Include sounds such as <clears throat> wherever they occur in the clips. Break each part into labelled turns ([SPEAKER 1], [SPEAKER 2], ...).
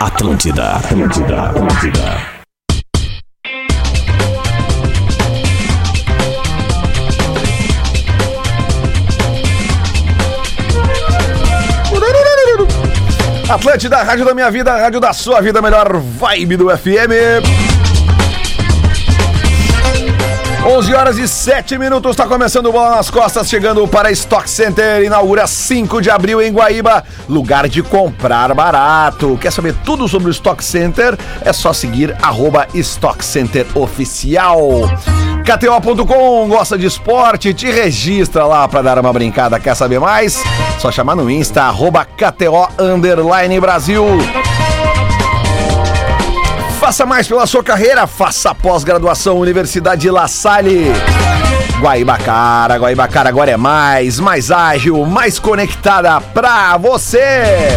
[SPEAKER 1] Atlântida, Atlântida, Atlântida.
[SPEAKER 2] Atlântida, rádio da minha vida, rádio da sua vida, melhor vibe do FM. 11 horas e 7 minutos, está começando o Bola nas Costas, chegando para Stock Center, inaugura 5 de abril em Guaíba, lugar de comprar barato. Quer saber tudo sobre o Stock Center? É só seguir arroba Stock Center Oficial. KTO.com, gosta de esporte? Te registra lá para dar uma brincada. Quer saber mais? Só chamar no Insta, arroba KTO Underline Brasil. Faça mais pela sua carreira, faça a pós-graduação Universidade La Salle. Guaibacara, Guaibacara agora é mais, mais ágil, mais conectada pra você.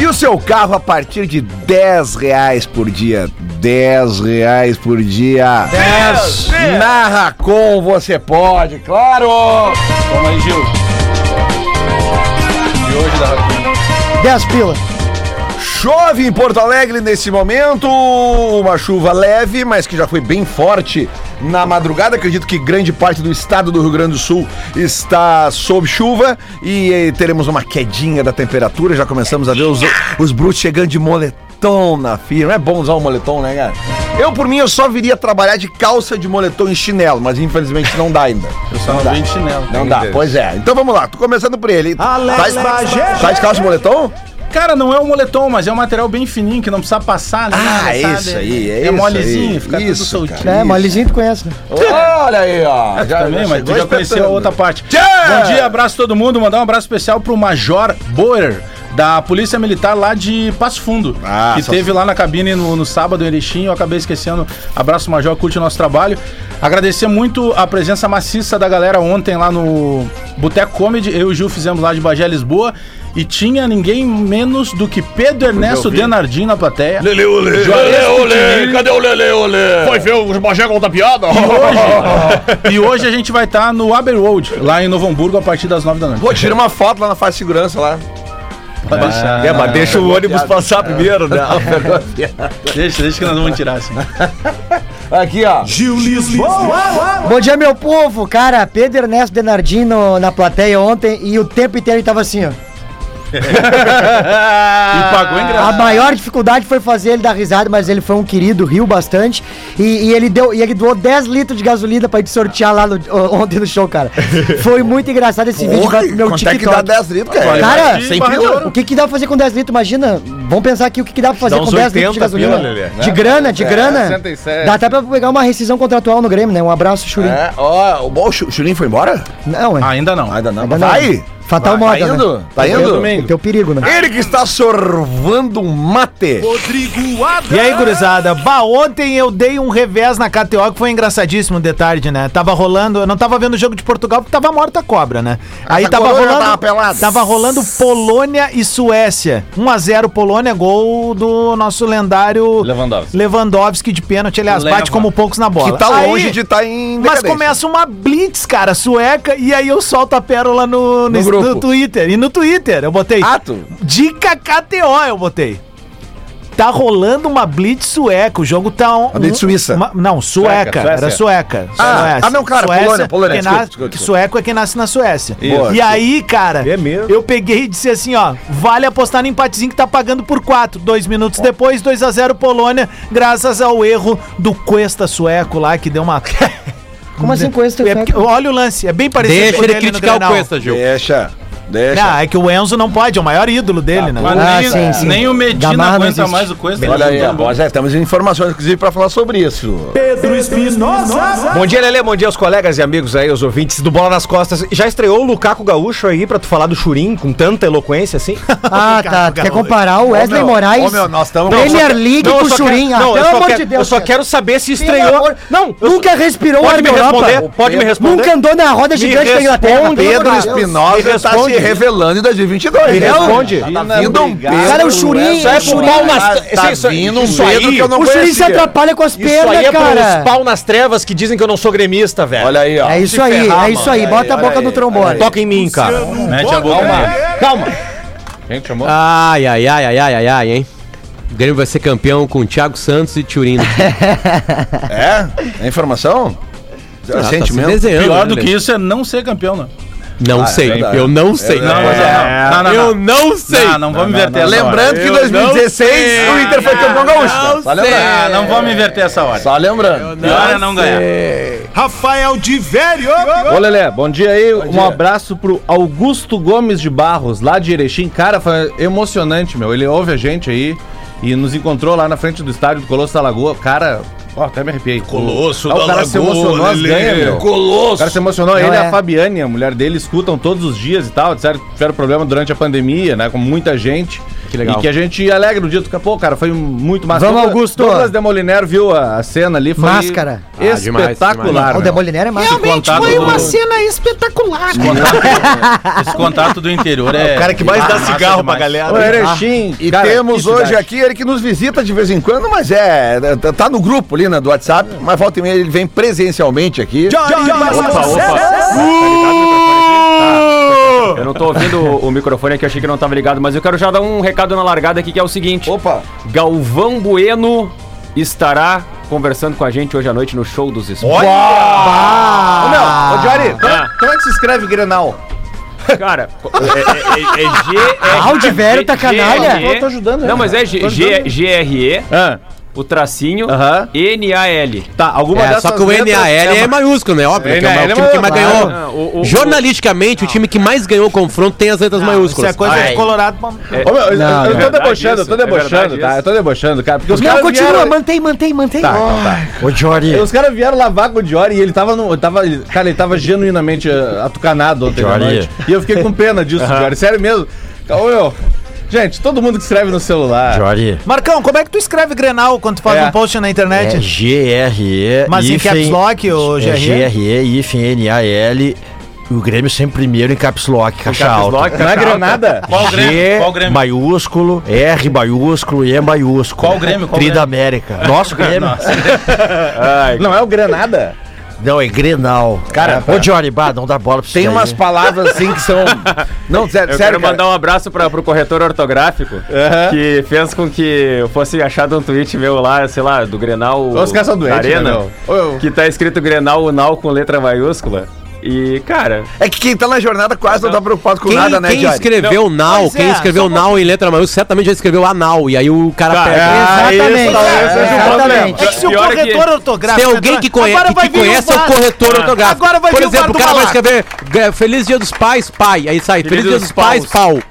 [SPEAKER 2] E o seu carro a partir de 10 reais por dia. 10 reais por dia. 10! Na Racon você pode, claro!
[SPEAKER 3] Toma aí, Gil. De hoje da Racon.
[SPEAKER 4] 10 pila.
[SPEAKER 2] Chove em Porto Alegre nesse momento, uma chuva leve, mas que já foi bem forte na madrugada. Acredito que grande parte do estado do Rio Grande do Sul está sob chuva e eh, teremos uma quedinha da temperatura. Já começamos a ver os, os brutos chegando de moletom na firma. É bom usar o moletom, né, cara? Eu, por mim, eu só viria trabalhar de calça de moletom e chinelo, mas infelizmente não dá ainda.
[SPEAKER 3] Eu só
[SPEAKER 2] Não
[SPEAKER 3] não
[SPEAKER 2] dá.
[SPEAKER 3] vim de chinelo.
[SPEAKER 2] Não dá, pois é. Então vamos lá, tô começando por ele.
[SPEAKER 4] Alex
[SPEAKER 2] tá,
[SPEAKER 4] Bagé.
[SPEAKER 2] tá de calça de moletom?
[SPEAKER 3] Cara, não é um moletom, mas é um material bem fininho que não precisa passar, né?
[SPEAKER 2] Ah, é
[SPEAKER 3] Sabe?
[SPEAKER 2] isso aí, é
[SPEAKER 3] É
[SPEAKER 2] isso
[SPEAKER 3] molezinho,
[SPEAKER 2] aí.
[SPEAKER 3] fica
[SPEAKER 2] Isso,
[SPEAKER 3] tudo soltinho.
[SPEAKER 2] cara.
[SPEAKER 4] É, Malizinho tu conhece, né?
[SPEAKER 2] Olha aí, ó. Já,
[SPEAKER 3] Ah, também,
[SPEAKER 2] já
[SPEAKER 3] mas tu já conheceu a outra parte.
[SPEAKER 2] Tchê!
[SPEAKER 3] Bom dia, abraço a todo mundo. Mandar um abraço especial pro Major Boer, da Polícia Militar lá de Passo Fundo.
[SPEAKER 2] Ah,
[SPEAKER 3] que
[SPEAKER 2] só-
[SPEAKER 3] teve lá na cabine no, no sábado em Erechim. Eu acabei esquecendo. Abraço, Major, curte o nosso trabalho. Agradecer muito a presença maciça da galera ontem lá no Boteco Comedy. Eu e o Gil fizemos lá de Bagé, Lisboa. E tinha ninguém menos do que Pedro Ernesto Denardim na plateia. Lele, olê,
[SPEAKER 5] Cadê o Lele, olê? Foi ver os Bagé conta piada?
[SPEAKER 3] <laughs> hoje. e hoje a gente vai estar no Aber Road, lá em Novo Hamburgo, a partir das 9 da noite.
[SPEAKER 2] Pô, tira uma foto lá na faixa de segurança lá.
[SPEAKER 3] Pode deixar.
[SPEAKER 2] é, mas deixa o ônibus passar primeiro,
[SPEAKER 3] <laughs>
[SPEAKER 2] né?
[SPEAKER 3] Deixa, deixa que nós vamos tirar assim.
[SPEAKER 2] Aqui, ó.
[SPEAKER 1] Gil Lisboa.
[SPEAKER 4] Bom dia, meu povo. Cara, Pedro Ernesto Denardino na plateia ontem e o tempo inteiro ele tava assim, ó.
[SPEAKER 3] E
[SPEAKER 2] Ah.
[SPEAKER 3] pagou
[SPEAKER 4] A
[SPEAKER 3] ingresso.
[SPEAKER 4] maior dificuldade foi fazer ele dar risada, mas ele foi um querido, riu bastante. E, e ele deu, e ele doou 10 litros de gasolina pra gente sortear lá no- ontem no
[SPEAKER 2] <laughs>
[SPEAKER 4] show, cara. Foi muito engraçado esse vídeo vai pro meu
[SPEAKER 2] Quanto é que
[SPEAKER 4] TikTok.
[SPEAKER 3] tá?
[SPEAKER 2] dá 10 litros, cara?
[SPEAKER 4] Cara,
[SPEAKER 3] Vai de
[SPEAKER 4] sem
[SPEAKER 3] barra de
[SPEAKER 4] pila.
[SPEAKER 3] ouro.
[SPEAKER 4] o que, que dá pra fazer com 10 litros? Imagina, vamos pensar aqui o que, que dá pra fazer
[SPEAKER 5] Dá
[SPEAKER 4] com
[SPEAKER 5] uns
[SPEAKER 4] 10 litros
[SPEAKER 5] 80
[SPEAKER 4] de gasolina.
[SPEAKER 5] pila, Lelê, né?
[SPEAKER 4] De grana, de
[SPEAKER 2] É,
[SPEAKER 4] grana.
[SPEAKER 5] 67.
[SPEAKER 4] Dá até pra pegar uma rescisão contratual no Grêmio, né? Um abraço, Churinho.
[SPEAKER 2] É, Ah, ó, o bom, o Chu- Churinho foi embora?
[SPEAKER 4] Não, é.
[SPEAKER 3] Ainda não.
[SPEAKER 2] Ainda não.
[SPEAKER 4] Ainda não.
[SPEAKER 2] Vai! Tá
[SPEAKER 4] Fatal moda. né?
[SPEAKER 2] indo? Tá
[SPEAKER 4] Tem o-
[SPEAKER 2] indo?
[SPEAKER 4] Tem o perigo, né?
[SPEAKER 2] Ele que está sorvando um mate.
[SPEAKER 6] E aí, gurizada? Bah, ontem eu dei um revés na KTO que foi engraçadíssimo de tarde, né? Tava rolando, eu não tava vendo o jogo de Portugal porque tava morta a cobra, né? Aí
[SPEAKER 2] a
[SPEAKER 6] tava
[SPEAKER 2] Polônia
[SPEAKER 6] rolando,
[SPEAKER 2] tava pelada.
[SPEAKER 6] tava rolando Polônia e Suécia. 1 a 0 Polônia, gol do nosso lendário
[SPEAKER 3] Lewandowski.
[SPEAKER 6] Lewandowski de pênalti, aliás,
[SPEAKER 3] Leva.
[SPEAKER 6] bate como poucos na bola.
[SPEAKER 2] Que tá
[SPEAKER 6] Aí-
[SPEAKER 2] longe de estar em.
[SPEAKER 6] mas
[SPEAKER 2] decadência.
[SPEAKER 6] começa uma blitz, cara, sueca, e aí eu solto a pérola no, no,
[SPEAKER 2] grupo.
[SPEAKER 6] no Twitter. E no Twitter eu botei.
[SPEAKER 2] Ato.
[SPEAKER 6] Dica KTO eu botei. Tá rolando uma blitz sueca. O jogo tá. Um,
[SPEAKER 2] Uma blitz suíça.
[SPEAKER 6] uma- não, sueca.
[SPEAKER 5] Sueca,
[SPEAKER 6] era sueca.
[SPEAKER 2] Ah,
[SPEAKER 6] Suécia.
[SPEAKER 2] ah, não, claro,
[SPEAKER 6] Suécia,
[SPEAKER 2] Polônia, Polônia,
[SPEAKER 6] quem
[SPEAKER 2] desculpa,
[SPEAKER 6] na-
[SPEAKER 2] desculpa, desculpa.
[SPEAKER 6] Sueco é quem nasce na Suécia.
[SPEAKER 2] Boa.
[SPEAKER 6] E aí, cara,
[SPEAKER 5] É mesmo?
[SPEAKER 6] eu peguei e disse assim: ó, vale apostar no empatezinho que tá pagando por 4. Dois minutos depois, 2 a 0 Polônia, graças ao erro do Cuesta sueco lá, que deu uma. <laughs>
[SPEAKER 4] Como assim com esse
[SPEAKER 6] É porque- olha o lance, é bem parecido
[SPEAKER 5] Deixa
[SPEAKER 6] com
[SPEAKER 5] ele
[SPEAKER 6] dele no
[SPEAKER 5] criticar o
[SPEAKER 6] Grenal.
[SPEAKER 5] Cuesta, Gil.
[SPEAKER 2] Deixa. Deixa.
[SPEAKER 6] Não, é que o Enzo não pode, é o maior ídolo
[SPEAKER 7] Tá,
[SPEAKER 6] dele, né?
[SPEAKER 3] Mas
[SPEAKER 4] Ah,
[SPEAKER 3] nem,
[SPEAKER 4] sim, sim.
[SPEAKER 3] nem o Medina
[SPEAKER 4] Gamarra não
[SPEAKER 3] aguenta
[SPEAKER 4] existe.
[SPEAKER 3] mais o Cuesta.
[SPEAKER 2] Olha
[SPEAKER 8] então
[SPEAKER 2] aí, ó,
[SPEAKER 3] Tá
[SPEAKER 2] nós já temos informações, inclusive, pra falar sobre isso.
[SPEAKER 7] Bom dia, Lelê. Bom dia aos colegas e amigos aí, os ouvintes do Bola nas Costas. Já estreou o Lukaku Gaúcho aí pra tu falar do Churim com tanta eloquência
[SPEAKER 6] <laughs>
[SPEAKER 7] assim?
[SPEAKER 4] Ah, tá. Tu Quer comparar o Wesley
[SPEAKER 2] meu,
[SPEAKER 4] Moraes,
[SPEAKER 2] ô, meu, nós tamo-
[SPEAKER 4] Premier League
[SPEAKER 7] eu
[SPEAKER 4] com o
[SPEAKER 7] só quero-
[SPEAKER 6] ah,
[SPEAKER 4] Churinha.
[SPEAKER 7] não, eu só quero- Eu só
[SPEAKER 4] cara.
[SPEAKER 7] quero saber se
[SPEAKER 4] Pelo
[SPEAKER 7] estreou.
[SPEAKER 4] amor-
[SPEAKER 7] Não, eu
[SPEAKER 4] Nunca respirou
[SPEAKER 7] Pode
[SPEAKER 4] ar
[SPEAKER 7] me
[SPEAKER 4] na Europa.
[SPEAKER 7] responder? Pode me responder?
[SPEAKER 4] Nunca andou na roda gigante da Inglaterra.
[SPEAKER 7] responde,
[SPEAKER 4] pelo amor
[SPEAKER 2] Pedro
[SPEAKER 4] de Deus.
[SPEAKER 2] Espinosa tá se
[SPEAKER 7] responde.
[SPEAKER 2] revelando em 2022.
[SPEAKER 7] Me
[SPEAKER 2] né?
[SPEAKER 7] responde.
[SPEAKER 2] Tá vindo um Pedro.
[SPEAKER 4] Cara, o Churinho,
[SPEAKER 7] Só é
[SPEAKER 4] o
[SPEAKER 7] pro
[SPEAKER 4] Churinho,
[SPEAKER 7] pau nas.
[SPEAKER 2] Tá-
[SPEAKER 7] esse-
[SPEAKER 2] tá
[SPEAKER 7] isso-
[SPEAKER 2] vindo um
[SPEAKER 7] isso
[SPEAKER 2] Pedro que eu não
[SPEAKER 4] o Churinho se
[SPEAKER 2] conhecia.
[SPEAKER 4] atrapalha com as
[SPEAKER 7] Isso aí
[SPEAKER 4] pernas,
[SPEAKER 7] é
[SPEAKER 4] cara.
[SPEAKER 7] pros pau nas trevas que dizem que eu não sou gremista, velho.
[SPEAKER 2] Olha aí, ó.
[SPEAKER 4] É isso aí, é isso aí. Bota a boca no trombone.
[SPEAKER 7] Toca em mim, cara.
[SPEAKER 3] Mete a boca.
[SPEAKER 7] Ai, ai, ai, ai, ai, ai, ai, hein?
[SPEAKER 9] O Grêmio vai ser campeão com Thiago Santos e Turino. Ah,
[SPEAKER 2] É? É informação?
[SPEAKER 4] Ah,
[SPEAKER 9] tá
[SPEAKER 4] tá
[SPEAKER 2] É sentimento?
[SPEAKER 8] Pior do que isso é não ser campeão, né?
[SPEAKER 9] né, Não
[SPEAKER 2] Ah, é
[SPEAKER 9] sei,
[SPEAKER 2] verdade.
[SPEAKER 9] eu não sei.
[SPEAKER 2] É, é.
[SPEAKER 8] não, não, não.
[SPEAKER 9] Eu não sei.
[SPEAKER 8] Não, não vamos inverter essa hora.
[SPEAKER 2] Lembrando que em
[SPEAKER 9] Eu
[SPEAKER 2] 2016
[SPEAKER 9] não
[SPEAKER 2] o Inter foi
[SPEAKER 9] sei.
[SPEAKER 2] campeão gaúcho.
[SPEAKER 9] Não
[SPEAKER 2] tá? Só
[SPEAKER 9] sei.
[SPEAKER 2] lembrando.
[SPEAKER 8] Ah, não vamos inverter essa hora.
[SPEAKER 2] Só lembrando.
[SPEAKER 8] Pior é não ganhar.
[SPEAKER 6] Rafael de Velho!
[SPEAKER 3] Ô Lelê, bom dia aí. um abraço pro Augusto Gomes de Barros, lá de Erechim. Cara, foi emocionante, meu. Ele ouve a gente aí e nos encontrou lá na frente do estádio do Colosso da Lagoa. Cara, ó, até me arrepiei.
[SPEAKER 10] Colosso
[SPEAKER 3] Ah,
[SPEAKER 10] da
[SPEAKER 3] O cara se
[SPEAKER 10] Lagoa,
[SPEAKER 3] emocionou, as
[SPEAKER 10] Lelê.
[SPEAKER 3] ganha, meu. O
[SPEAKER 10] Colosso.
[SPEAKER 3] cara se emocionou,
[SPEAKER 4] Não
[SPEAKER 3] ele e
[SPEAKER 4] é.
[SPEAKER 3] a Fabiane, a mulher dele, escutam todos os dias e tal. Disseram que tiveram problema durante a pandemia, né? Com muita gente.
[SPEAKER 9] Que legal.
[SPEAKER 3] E que a gente alegra o dia do Pô, cara, foi muito massa.
[SPEAKER 4] Vamos,
[SPEAKER 3] Douglas-
[SPEAKER 4] Augusto.
[SPEAKER 3] Douglas de Moliner viu a, a cena ali. Foi
[SPEAKER 4] Máscara.
[SPEAKER 9] Ah, demais,
[SPEAKER 3] Espetacular.
[SPEAKER 9] demais.
[SPEAKER 4] O
[SPEAKER 3] meu.
[SPEAKER 4] Demoliner é massa.
[SPEAKER 6] Realmente
[SPEAKER 8] contato
[SPEAKER 6] foi
[SPEAKER 8] do-
[SPEAKER 6] uma cena espetacular.
[SPEAKER 8] Esse contato
[SPEAKER 3] "Ah,
[SPEAKER 8] do interior é.
[SPEAKER 6] O cara que mais dá
[SPEAKER 8] massa
[SPEAKER 6] cigarro pra
[SPEAKER 8] demais.
[SPEAKER 6] galera.
[SPEAKER 2] Ô, Erechim, e temos
[SPEAKER 3] que
[SPEAKER 2] hoje
[SPEAKER 3] cidade.
[SPEAKER 2] aqui ele que nos visita de vez em quando, mas é. tá- Tá no grupo ali né, do WhatsApp, mas volta e meia ele vem presencialmente aqui.
[SPEAKER 6] é
[SPEAKER 10] Opa, opa.
[SPEAKER 11] Eu não tô ouvindo o- o microfone aqui, achei que não tava ligado, mas eu quero já dar um recado na largada aqui que é o seguinte:
[SPEAKER 2] Opa!
[SPEAKER 11] Galvão Bueno estará conversando com a gente hoje à noite no show dos esportes.
[SPEAKER 2] Ô, meu, ô Jory,
[SPEAKER 11] Ah.
[SPEAKER 2] como é que se escreve Grenal?
[SPEAKER 11] Cara, é, é- é- é G.
[SPEAKER 4] <laughs>
[SPEAKER 11] é-
[SPEAKER 4] Ah, o de velho tá
[SPEAKER 11] G-
[SPEAKER 4] canalha.
[SPEAKER 11] G-
[SPEAKER 3] Eu tô ajudando, né?
[SPEAKER 11] Não, mas é G-
[SPEAKER 3] Tô
[SPEAKER 11] G-
[SPEAKER 3] ajudando.
[SPEAKER 11] GRE,
[SPEAKER 3] Ah,
[SPEAKER 11] o tracinho,
[SPEAKER 3] Aham.
[SPEAKER 11] N-A-L.
[SPEAKER 3] tá, alguma
[SPEAKER 9] É,
[SPEAKER 3] dessas
[SPEAKER 9] só que o
[SPEAKER 3] letras
[SPEAKER 9] NAL é
[SPEAKER 3] chama-
[SPEAKER 9] maiúsculo, né? Óbvio, que é
[SPEAKER 3] NAL
[SPEAKER 9] o
[SPEAKER 3] é
[SPEAKER 9] time que mais
[SPEAKER 3] maiúsculo,
[SPEAKER 9] ganhou.
[SPEAKER 11] Ah, o- o- o-
[SPEAKER 9] Jornalisticamente, o time que mais ganhou o confronto tem as letras
[SPEAKER 6] Isso
[SPEAKER 9] maiúsculas.
[SPEAKER 6] é coisa de colorado.
[SPEAKER 7] É.
[SPEAKER 3] Ô, meu, eu- eu-
[SPEAKER 4] Não,
[SPEAKER 3] eu,
[SPEAKER 11] não.
[SPEAKER 3] tô debochando, eu
[SPEAKER 11] É
[SPEAKER 3] tô
[SPEAKER 11] verdade
[SPEAKER 3] debochando,
[SPEAKER 11] isso.
[SPEAKER 3] tá? Eu tô debochando, cara. Porque os
[SPEAKER 4] Não,
[SPEAKER 3] caras
[SPEAKER 4] continua,
[SPEAKER 3] vieram-
[SPEAKER 4] mantém, mantém, mantém.
[SPEAKER 3] Tá, então tá.
[SPEAKER 4] Ô, Jory.
[SPEAKER 3] Os caras vieram lavar com o Diori e ele tava, no, tava. ele- Cara, ele tava genuinamente eh, atucanado ontem à
[SPEAKER 9] Diori.
[SPEAKER 3] noite. E eu fiquei com pena disso, Diori. Sério mesmo. Ô, meu. Gente, todo mundo que escreve no celular.
[SPEAKER 9] Jorge.
[SPEAKER 6] Marcão, como é que tu escreve Grenal quando tu faz
[SPEAKER 3] É.
[SPEAKER 6] um post na internet?
[SPEAKER 2] É.
[SPEAKER 9] GRE.
[SPEAKER 6] Mas em
[SPEAKER 9] hífen-
[SPEAKER 6] caps lock, ô,
[SPEAKER 9] é,
[SPEAKER 6] GRE?
[SPEAKER 9] GRE, hífen NAL. O Grêmio sempre primeiro em caps lock, caixa alta.
[SPEAKER 3] Não é granada?
[SPEAKER 8] Qual o Grêmio? Qual o
[SPEAKER 9] G
[SPEAKER 8] Grêmio?
[SPEAKER 9] maiúsculo, R maiúsculo, E maiúsculo.
[SPEAKER 8] Qual o Grêmio? Qual o
[SPEAKER 9] Tri
[SPEAKER 8] Grêmio?
[SPEAKER 9] da América. Nosso Grêmio.
[SPEAKER 3] Não é o granada?
[SPEAKER 9] Não, é Grenal.
[SPEAKER 2] Cara,
[SPEAKER 9] Ô, Johnny, bah, não dá bola pra
[SPEAKER 2] Tem
[SPEAKER 9] isso
[SPEAKER 2] umas
[SPEAKER 9] aí.
[SPEAKER 2] palavras assim que
[SPEAKER 9] <laughs>
[SPEAKER 2] são. Não, sério,
[SPEAKER 11] Eu
[SPEAKER 2] sério.
[SPEAKER 11] quero mandar um abraço pra, pro corretor ortográfico, que fez com que eu fosse achado um tweet meu lá, sei lá, do Grenal
[SPEAKER 3] Os caras são
[SPEAKER 11] da
[SPEAKER 3] doentes, né,
[SPEAKER 11] Arena,
[SPEAKER 3] meu? Ô, eu-
[SPEAKER 11] que tá escrito Grenal Unal com letra maiúscula. E, cara,
[SPEAKER 2] cara.
[SPEAKER 9] um-
[SPEAKER 2] É que quem tá na jornada quase não tá preocupado com
[SPEAKER 9] Quem,
[SPEAKER 2] nada, né,
[SPEAKER 9] quem
[SPEAKER 2] Jory?
[SPEAKER 9] escreveu Nau,
[SPEAKER 6] Pois
[SPEAKER 9] quem
[SPEAKER 6] é,
[SPEAKER 9] escreveu Nau em letra maiúscula, certamente já escreveu Anal. E aí o cara
[SPEAKER 11] Tá, é.
[SPEAKER 9] pega.
[SPEAKER 4] Exatamente. Exatamente.
[SPEAKER 6] É que se o
[SPEAKER 11] Pior é que-
[SPEAKER 6] corretor
[SPEAKER 9] Se
[SPEAKER 6] ortográfico.
[SPEAKER 9] tem alguém que, conhe
[SPEAKER 6] Agora
[SPEAKER 9] que
[SPEAKER 6] vai vir um
[SPEAKER 9] conhece, é o
[SPEAKER 6] VAR.
[SPEAKER 9] corretor ortográfico.
[SPEAKER 6] Agora vai
[SPEAKER 9] Por
[SPEAKER 6] vir o
[SPEAKER 9] exemplo,
[SPEAKER 6] VAR
[SPEAKER 9] o
[SPEAKER 6] do
[SPEAKER 9] cara vai
[SPEAKER 6] Balaca.
[SPEAKER 9] escrever "G- Feliz Dia dos Pais, pai. Aí sai, Feliz, Dia dos, Pais, pau.
[SPEAKER 2] <laughs>